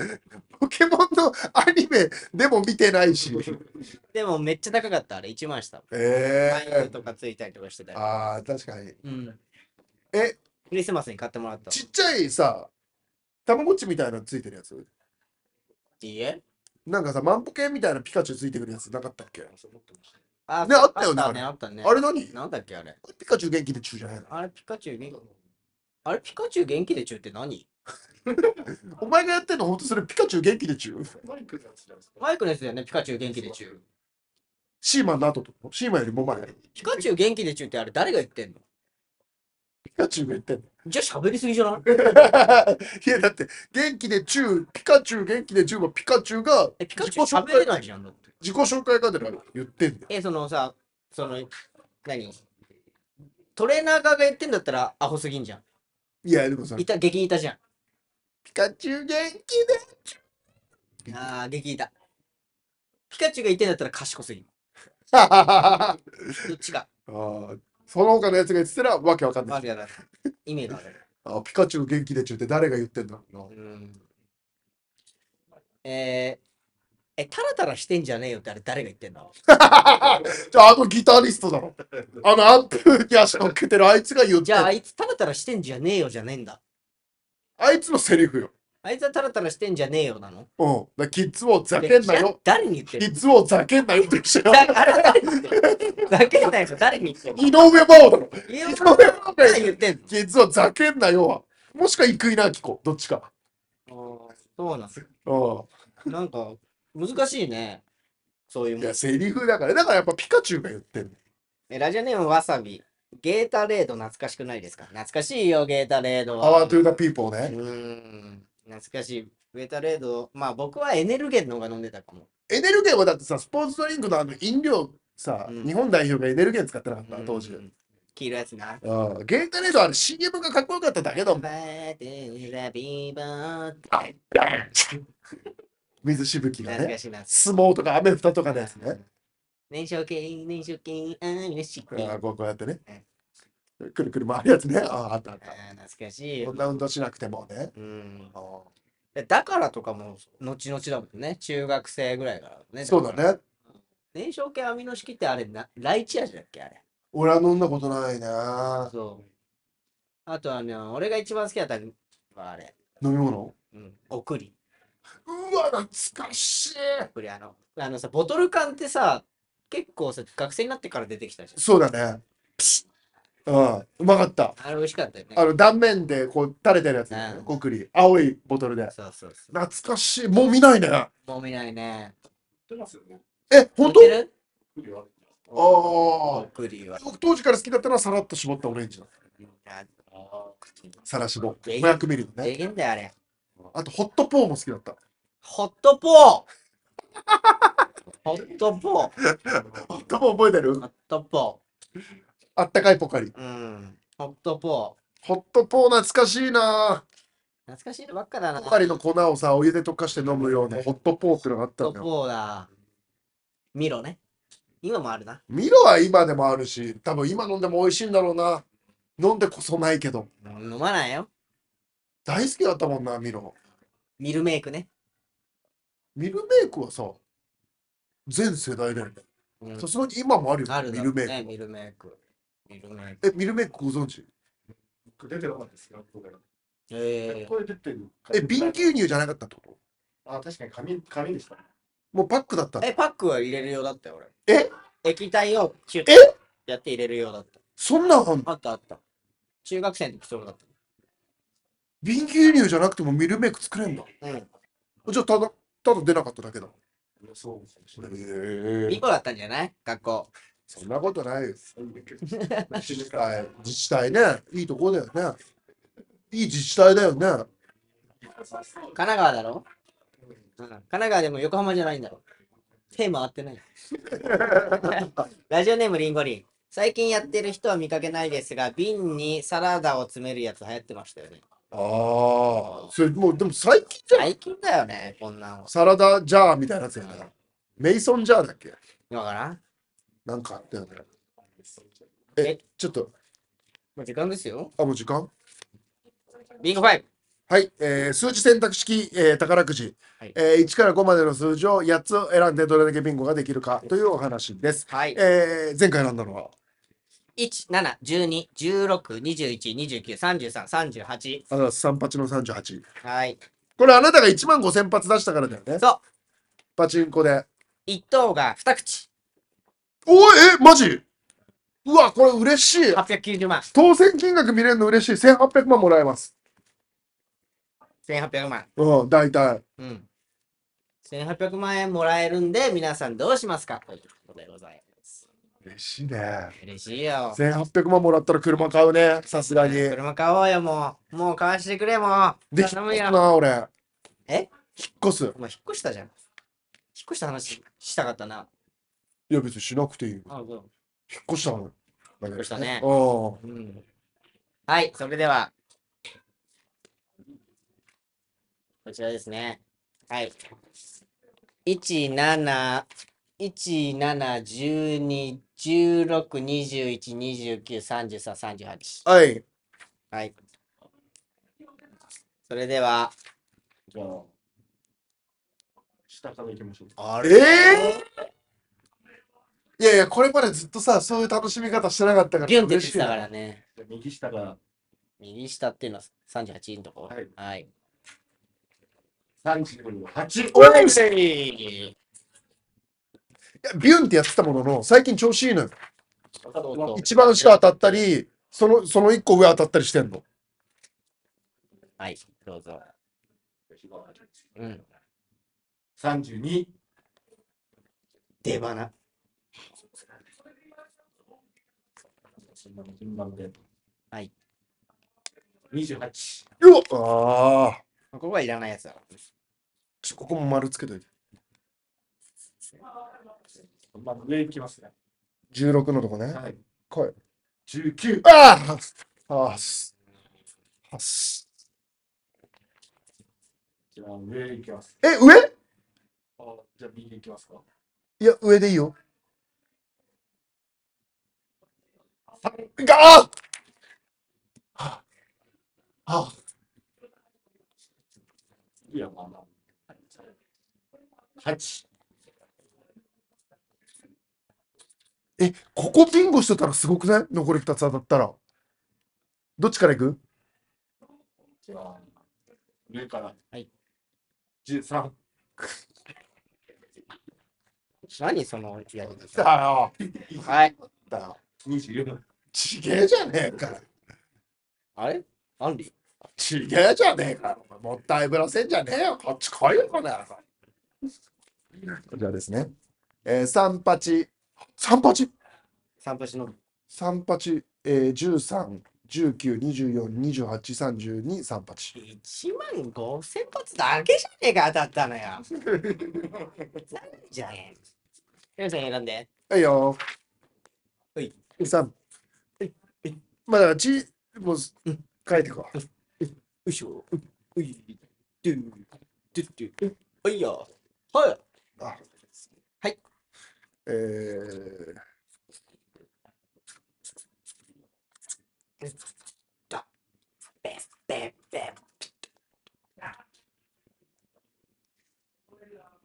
Speaker 2: ポケモンのアニメでも見てないし。
Speaker 1: でもめっちゃ高かった、あれ。1万した。
Speaker 2: え
Speaker 1: マイクとかついたりとかしてた
Speaker 2: ー、
Speaker 1: よ
Speaker 2: ああ、確かに。
Speaker 1: うん。
Speaker 2: え、
Speaker 1: クリスマスに買ってもらった。
Speaker 2: ちっちゃいさ、たまごっちみたいなのついてるやつ。
Speaker 1: いいえ
Speaker 2: なんかさ、万歩計みたいなピカチュウついてくるやつなかったっけあ
Speaker 1: あ
Speaker 2: ねあったよね
Speaker 1: あったね、あったね。
Speaker 2: れ何
Speaker 1: なんだっけ、あれ。
Speaker 2: ピカチュウ元気で中じゃないの
Speaker 1: あれ、ピカチュウ元気。 あれ、ピカチュウ元気で中って何
Speaker 2: お前がやってんのほんとそれピカチュウ元気で中
Speaker 3: マイクのやつじゃないですか。
Speaker 1: マイクのやつだよね、ピカチュウ元気で中。
Speaker 2: シーマンの後とシーマンよりも前。
Speaker 1: ピカチュウ元気で中ってあれ、誰が言ってんの
Speaker 2: ピカチュウが言ってんの。
Speaker 1: じゃあ喋りすぎじゃない
Speaker 2: いやだって、元気で中、ピカチュウ元気で中はピカチュウが
Speaker 1: え、ピカ
Speaker 2: 自己
Speaker 1: チュウ
Speaker 2: 紹
Speaker 1: 喋れ
Speaker 2: 介
Speaker 1: ないじゃん。だって
Speaker 2: 自己紹介がてら言ってんだよ。
Speaker 1: え、そのさ、その、何トレーナー側が言ってんだったら、アホすぎんじゃ
Speaker 2: いや、でもさ
Speaker 1: ん。い、た、激いたじゃ
Speaker 2: ピカチュウ元気 で
Speaker 1: ん。ああ、激いた。ピカチュウが言ってんだったら賢すぎる。
Speaker 2: あ
Speaker 1: どっちか。
Speaker 2: ーその他のやつが言ってたらわけわかんな
Speaker 1: わ
Speaker 2: い。
Speaker 1: けがない。意味がわかる。
Speaker 2: あピカチュウ元気で中って誰が言ってんだろうな。
Speaker 1: うんえー、え、タラタラしてんじゃねえよってあれ誰が言 ってんの
Speaker 2: じゃああのギタリスト だろ。あのアンプに足乗っけてるあいつが言って
Speaker 1: じゃああ
Speaker 2: あ
Speaker 1: いつタラタラしてんじゃねえよじゃねえんだ。
Speaker 2: あいつのセリフよ。
Speaker 1: あいつはタラタラしてんじゃねえよなの
Speaker 2: うん。だからキッズをざけんな
Speaker 1: じゃあ
Speaker 2: よ。
Speaker 1: 誰に言って
Speaker 2: キ
Speaker 1: る
Speaker 2: ッズをざけんなよって一緒よ
Speaker 1: だあれ誰に言ってるだけないよ、誰に言ってる
Speaker 2: 井上真央だろ。
Speaker 1: 言
Speaker 2: 井
Speaker 1: う
Speaker 2: 上
Speaker 1: こと
Speaker 2: 真央が
Speaker 1: 言ってん
Speaker 2: キッズをざけんなよは。もしか生稲晃子、どっちか。
Speaker 1: の。そうなん
Speaker 2: う。
Speaker 1: なんか、難しいね。そういうんも
Speaker 2: い
Speaker 1: ん
Speaker 2: や、セリフだから。だからやっぱピカチュウが言ってんの。
Speaker 1: えラジオネームわさび。ゲータレード懐かしくないですか懐かしいよ、ゲータレード
Speaker 2: パワー
Speaker 1: は。
Speaker 2: トゥーダピーポー
Speaker 1: う
Speaker 2: ね。
Speaker 1: ーん、懐かしい。ゲータレード、まあ僕はエネルゲンの方が飲んでたかも。
Speaker 2: エネルゲンはだってさ、スポーツドリンクのあの飲料さ、
Speaker 1: うん
Speaker 2: 日本代表がエネルゲン使ってなかった、当時。
Speaker 1: うん黄色いやつな。
Speaker 2: うん、ゲータレードあれ CM がかっこよかっただけだもん。 水しぶきが
Speaker 1: 懐
Speaker 2: ね
Speaker 1: か。しいな。
Speaker 2: 相撲とか雨蓋とかのやつね。
Speaker 1: 年少系、年少系、あー嬉しい。
Speaker 2: あーこうこうやってね
Speaker 1: ね。
Speaker 2: くるくる回るやつね。ああ、あったあっ
Speaker 1: あ
Speaker 2: た。
Speaker 1: ー懐かしい
Speaker 2: こん。な運動しなくてもね。
Speaker 1: うん
Speaker 2: あ、ー
Speaker 1: だからとかも、後々だもんね。中学生ぐらいからね。
Speaker 2: そうだ。ね。
Speaker 1: 年少系アミノ式ってあれな、ライチ味だっけあれ。
Speaker 2: 俺は飲んだことないな。
Speaker 1: そう。あとはね、俺が一番好きだったのはあれ。
Speaker 2: 飲み物
Speaker 1: うん。送り。
Speaker 2: うわ、懐かしい。
Speaker 1: 送り、あの、あのさ、ボトル缶ってさ、結構さ、学生になってから出てきたじゃん。
Speaker 2: そうだね。うん、うまかった。
Speaker 1: あれ美味しかったよね。
Speaker 2: あの断面でこう垂れてるやつ、ね
Speaker 1: うん
Speaker 2: コクリ青いボトルで
Speaker 1: そうそうそ
Speaker 2: 懐かしいもう見ないね
Speaker 1: う。もう見ないね。
Speaker 3: てますよね。
Speaker 2: え本当
Speaker 1: 売ってる
Speaker 3: クリは。
Speaker 2: ああ
Speaker 1: 送りは。
Speaker 2: 僕当時から好きだったのはさらっと絞ったオレンジだ
Speaker 3: あ
Speaker 2: さら絞
Speaker 1: え
Speaker 2: 500ミリの
Speaker 1: で
Speaker 2: ね
Speaker 1: きんだよ、あれ。
Speaker 2: あとホットポーも好きだった
Speaker 1: ホットポー ホットポー
Speaker 2: ホットポー覚えてる
Speaker 1: ホットポ
Speaker 2: あったかいポカリ
Speaker 1: ー。うん。ホットポ
Speaker 2: ホットポー懐かしいな
Speaker 1: ー。懐かしいのばっかだな。
Speaker 2: ポカリの粉をさお湯で溶かして飲むようなホットポーってのがあった
Speaker 1: ホ
Speaker 2: ん
Speaker 1: ッ
Speaker 2: だ
Speaker 1: ト
Speaker 2: よ
Speaker 1: ポーだ。ミロね。今もあるな。
Speaker 2: ミロは今でもあるし多分今飲んでも美味しいんだろうな飲んでこそないけど
Speaker 1: 飲まないよ。
Speaker 2: 大好きだったもんなミロ
Speaker 1: ミルメイクね。
Speaker 2: ミルメイクはさ全世代だよね
Speaker 1: うん
Speaker 2: さすがに今もあるよ、
Speaker 1: あるだ
Speaker 2: ミ
Speaker 1: ろ
Speaker 2: ル
Speaker 1: う
Speaker 2: メイ
Speaker 1: ね、
Speaker 2: ク。
Speaker 1: ミルメイク。ミルメイク。
Speaker 2: え、ミルメイクご存知
Speaker 3: あ、出てなかったですよ。僕ら
Speaker 1: ええ
Speaker 3: これ出てる。
Speaker 2: え、瓶牛乳じゃなかったってこと
Speaker 3: あ、確かに紙、紙でしたね。
Speaker 2: もうパックだったの
Speaker 1: え、パックは入れるようだったよ、俺。
Speaker 2: え
Speaker 1: 液体をチュッ
Speaker 2: え
Speaker 1: やって入れるようだった。
Speaker 2: そんなんあんの
Speaker 1: あったあった。中学生の時そうだっ
Speaker 2: 瓶牛乳じゃなくてもミルメイク作れんだ。
Speaker 1: た。うん。
Speaker 2: じゃあ、ただ、ただ出なかっただけだ。
Speaker 3: そうです
Speaker 2: え
Speaker 3: ね。
Speaker 1: ビンゴだったんじゃない学校。
Speaker 2: そんなことないよ。自
Speaker 3: 自
Speaker 2: 治体、自治体ね。いいとこだよね。いい自治体だよね。
Speaker 1: 神奈川だろうん。神奈川でも横浜じゃないんだろ。手回ってない。ラジオネームリンゴリン。最近やってる人は見かけないですが、瓶にサラダを詰めるやつ流行ってましたよね。
Speaker 2: ああ、それもう、でも最近じゃん
Speaker 1: 最近だよね、こんなの。
Speaker 2: サラダジャーみたいなやつやね。メイソンジャーだっけ
Speaker 1: わからん
Speaker 2: なんかあったよね。
Speaker 1: え
Speaker 2: え、ちょっと、
Speaker 1: もう時間ですよ。
Speaker 2: あ、もう時間
Speaker 1: ビンゴファイブ。
Speaker 2: はい、えー数字選択式、えー宝くじ、
Speaker 1: はい
Speaker 2: えー1から5までの数字を8つ選んでどれだけビンゴができるかというお話です。
Speaker 1: はい。
Speaker 2: えー前回選んだのは
Speaker 1: 1、7、12、16、21、29、33、38。
Speaker 2: あの3八の38。
Speaker 1: はい。
Speaker 2: これあなたが1万5000発出したからだよね。
Speaker 1: そう。
Speaker 2: パチンコで。
Speaker 1: 1等が2口。
Speaker 2: おいえ、マジうわ、これ嬉しい。
Speaker 1: 890万。
Speaker 2: 当選金額見れるの嬉しい。1800万もらえます。
Speaker 1: 1800万。
Speaker 2: うん、大体。
Speaker 1: うん。1800万円もらえるんで、皆さんどうしますかということでございます。
Speaker 2: 嬉しいね。
Speaker 1: 嬉しいよ。
Speaker 2: 1800万もらったら車買うね。さすがに。で
Speaker 1: 車買おうよ、もう。もう買わしてくれ、もう。
Speaker 2: き
Speaker 1: 頼むよ。
Speaker 2: な、俺。
Speaker 1: え
Speaker 2: 引っ越す。
Speaker 1: お前引っ越したじゃん。引っ越した話したかったな。
Speaker 2: いや、別にしなくていいよ。
Speaker 1: あ、そう。
Speaker 2: 引っ越したの。引っ
Speaker 1: 越したね
Speaker 2: うん。
Speaker 1: うんはい、それでは。こちらですね。はい。17、17、12、16、21、29、33、38。
Speaker 2: はい。
Speaker 1: はい。それでは、
Speaker 3: じゃあ、下から行きましょう。
Speaker 2: あれいやいや、これまでずっとさ、そういう楽しみ方してなかったから。
Speaker 1: ギュンって言って
Speaker 2: いな
Speaker 1: たからね。
Speaker 3: じゃあ右下が
Speaker 1: 右下っていうのは38のとこ。
Speaker 3: はい
Speaker 1: はい。
Speaker 3: 38。
Speaker 2: おいい
Speaker 1: い
Speaker 2: やビュンってやってたものの、最近調子いいのよ。
Speaker 1: そう
Speaker 2: 一番下当たったり、その、その一個上当たったりしてんの。
Speaker 1: はい、どうぞ。うん。
Speaker 3: 32。
Speaker 1: 出花。
Speaker 3: そんなの順番で。
Speaker 1: はい。
Speaker 3: 28。
Speaker 2: よっああ。
Speaker 1: ここはいらないやつだ。
Speaker 2: ちょここも丸つけといて。
Speaker 3: まあ、上行きますね。
Speaker 2: 16のとこね。
Speaker 3: はい。
Speaker 2: 来い。
Speaker 3: 19。
Speaker 2: ああはっす。はっす。
Speaker 3: じゃあ、上行きます。
Speaker 2: え、上
Speaker 3: あじゃあ、右行きますか。
Speaker 2: いや、上でいいよ。があああ
Speaker 3: いや、まあまあ。8。
Speaker 2: え、ここビンゴしてたらすごくない残り2つ当たったら。どっちからいく
Speaker 3: じゃあ、上から。
Speaker 1: はい。
Speaker 3: 13。
Speaker 1: 何そのやり方
Speaker 2: だよ。
Speaker 1: はい。
Speaker 2: だよ。
Speaker 3: 24。
Speaker 2: ちげえじゃねえか。
Speaker 1: あれアンリ
Speaker 2: ちげえじゃねえか。お前もったいぶらせんじゃねえよ。こっち来いよ、この野郎。こちらですね。えー、三八。三八
Speaker 1: 散歩しの。
Speaker 2: 三八、えー、13、19、24、28、32、3八。
Speaker 1: 1万5千発だけじゃねえか、当たったのよ。残念じゃねえ。皆さん選んで。
Speaker 2: はいよ。
Speaker 1: うい。
Speaker 2: 三。
Speaker 1: ういい
Speaker 2: まあだからち、もう、
Speaker 1: うん
Speaker 2: 書いてこう。
Speaker 1: うしょ。ううい。ドゥドゥドゥうおいよ。はい。
Speaker 2: あ
Speaker 1: はい。
Speaker 2: えー、
Speaker 1: ベスベベ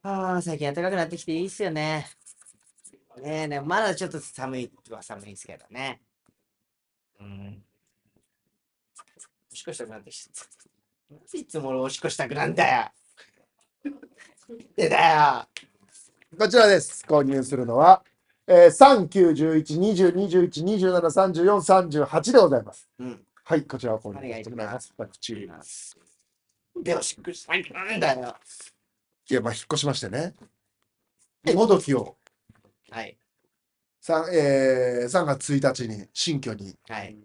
Speaker 1: ああ、最近暖かくなってきていいっすよね。ねえねえ、まだちょっと寒いは寒いですけどね。うん。おしっこしたくなってきた。なぜいつも俺おしっこしたくなんだよ。でだ
Speaker 2: こちらです。購入するのは、えー、3、9、11、20、21、27、34、38でございます。
Speaker 1: よ。うん。
Speaker 2: はい、こちらを購入させて
Speaker 1: お
Speaker 2: く
Speaker 1: 願い
Speaker 2: だ
Speaker 1: し
Speaker 2: さい
Speaker 1: ま
Speaker 2: ます。口
Speaker 1: で、おしっこしたくなんだよ。
Speaker 2: いや、まあ、引っ越しましてね。もどきを
Speaker 1: はい。
Speaker 2: 3、えー、3月1日に新居に
Speaker 1: はい。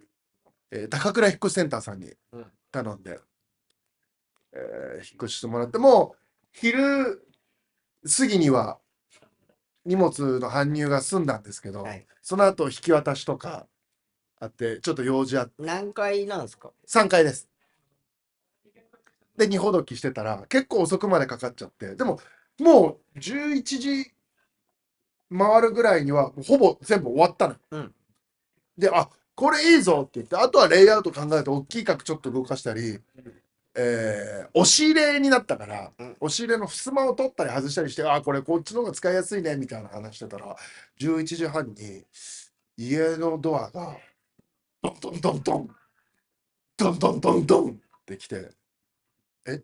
Speaker 2: えー高倉引っ越しセンターさんに
Speaker 1: うん
Speaker 2: 頼んで、えー引っ越ししてもらってもう昼過ぎには荷物の搬入が済んだんですけど、
Speaker 1: はい
Speaker 2: その後引き渡しとかあってちょっと用事あって
Speaker 1: 何回なんすか
Speaker 2: 3階です。で荷ほどきしてたら結構遅くまでかかっちゃってでももう11時回るぐらいにはもうほぼ全部終わったの。
Speaker 1: うん
Speaker 2: であこれいいぞって言ってあとはレイアウト考えて大きい角ちょっと動かしたり、えー押し入れになったから、
Speaker 1: うん
Speaker 2: 押し入れの襖を取ったり外したりしてあこれこっちの方が使いやすいねみたいな話してたら11時半に家のドアがドンドンドンドンドンドンドンドンってきて、え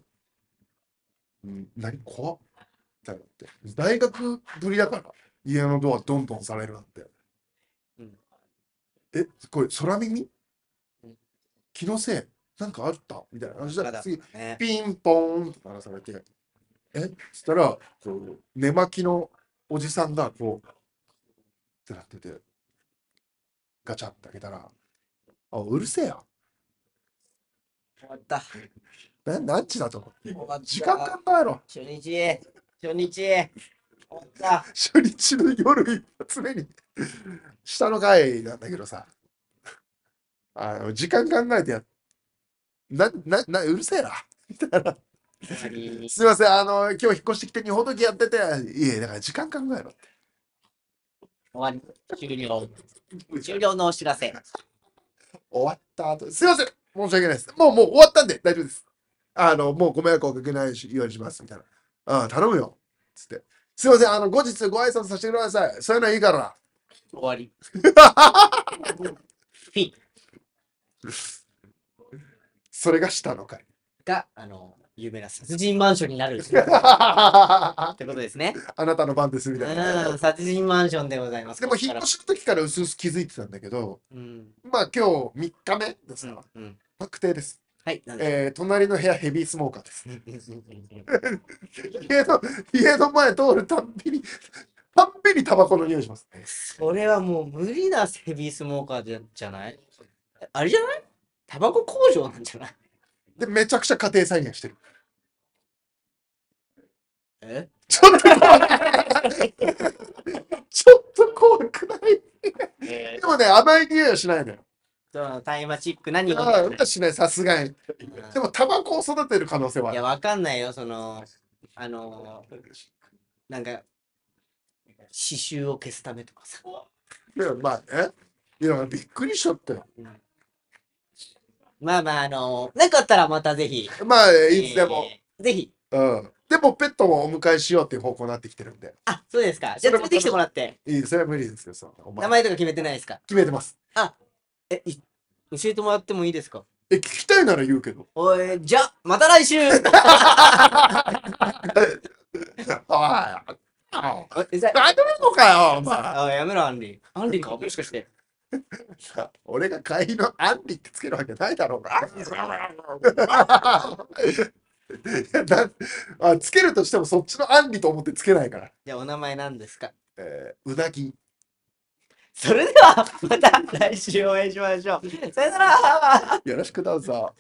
Speaker 2: ん何怖っみたいになって。大学ぶりだから、家のドアドンドンされるなんて。
Speaker 1: うん
Speaker 2: え、これ空耳
Speaker 1: うん
Speaker 2: 気のせいなんかあったみたいな話だ
Speaker 1: ま
Speaker 2: ら
Speaker 1: だ
Speaker 2: 次、
Speaker 1: ね。
Speaker 2: ピンポーンって鳴らされて、えそしたら、こう、寝巻きのおじさんが、こう、ってなってて、ガチャって開けたら、あ、うるせえよ。
Speaker 1: 終わった。
Speaker 2: な何時だと思って。
Speaker 1: 終わった
Speaker 2: 時間考えろ。
Speaker 1: 初日、初日、終わった。
Speaker 2: 初日の夜一発目に下の階なんだけどさあの時間考えてやっなななうるせえな
Speaker 1: 終わり
Speaker 2: すいませんあの今日引っ越してきて日本時やってていえだから時間考えろって
Speaker 1: 終わり、終了。終了のお知らせ。
Speaker 2: 終わった後すいません申し訳ないですもうもう終わったんで大丈夫ですあのもうご迷惑をおかけないようにしますみたいなああ頼むよつってすいませんあの後日ご挨拶させてくださいそういうのいいからな
Speaker 1: 終わり。フィ
Speaker 2: それが下の階
Speaker 1: が、あの、有名な殺人マンションになる。って
Speaker 2: あ
Speaker 1: ことですね。
Speaker 2: なたの番ですみたいな
Speaker 1: うん、殺人マンションでございます。
Speaker 2: でも引っ越
Speaker 1: し。
Speaker 2: しの時からうすうす気づいてたんだけど、
Speaker 1: うん。
Speaker 2: まあ今日3日目です
Speaker 1: うん
Speaker 2: から、
Speaker 1: うん。
Speaker 2: 確定です。
Speaker 1: はい、なんで。
Speaker 2: えー、隣の部屋ヘビースモーカーです。
Speaker 1: うんうんうんうん
Speaker 2: 家の家の前通るたんびに、たんびにタバコの匂いします。
Speaker 1: それはもう無理なヘビースモーカーじゃじゃないえあれじゃないタバコ工場なんじゃない
Speaker 2: で、めちゃくちゃ家庭菜園してる。
Speaker 1: え
Speaker 2: ちょっと怖い。ちょっと怖くない。
Speaker 1: え
Speaker 2: でもね、甘い匂いはしないのよ。
Speaker 1: ー、タイマチックな匂い
Speaker 2: ああ、うんはしない、さすがに。
Speaker 1: うん
Speaker 2: でも、タバコを育てる可能性はいあ
Speaker 1: や、
Speaker 2: る。
Speaker 1: わかんないよ、その、あの、なんか、刺繍を消すためとかさ。
Speaker 2: でもまあね。いや、びっくりしちゃったよ。
Speaker 1: まあまあ、あの、なかったらまたぜひ。
Speaker 2: まあ、いつでも。
Speaker 1: えー。ぜひ。
Speaker 2: うん。でもペットもお迎えしようっていう方向になってきてるんで。
Speaker 1: あ、そうですか。じゃあ
Speaker 2: それ
Speaker 1: 連
Speaker 2: も
Speaker 1: れてきてもらって。
Speaker 2: いい、それは無理ですよ、そのお前
Speaker 1: 名前とか決めてないですか
Speaker 2: 決めてます。
Speaker 1: え、い教えてもらってもいいですか
Speaker 2: え、聞きたいなら言うけど。
Speaker 1: おい、じゃあ、また 来週え
Speaker 2: ああ、
Speaker 1: うるさい
Speaker 2: あ、どうかよ、お前。
Speaker 1: あ、やめろ、アンリ。アンリかもしかして。
Speaker 2: さ俺が会員のアンリってつけるわけないだ ろうが。いやだあつけるとしてもそっちのアンリと思ってつけないから。
Speaker 1: じゃあお名前何ですか
Speaker 2: えーうなぎ。
Speaker 1: それではまた来週お会いしましょう。さよなら
Speaker 2: よろしくどうぞ。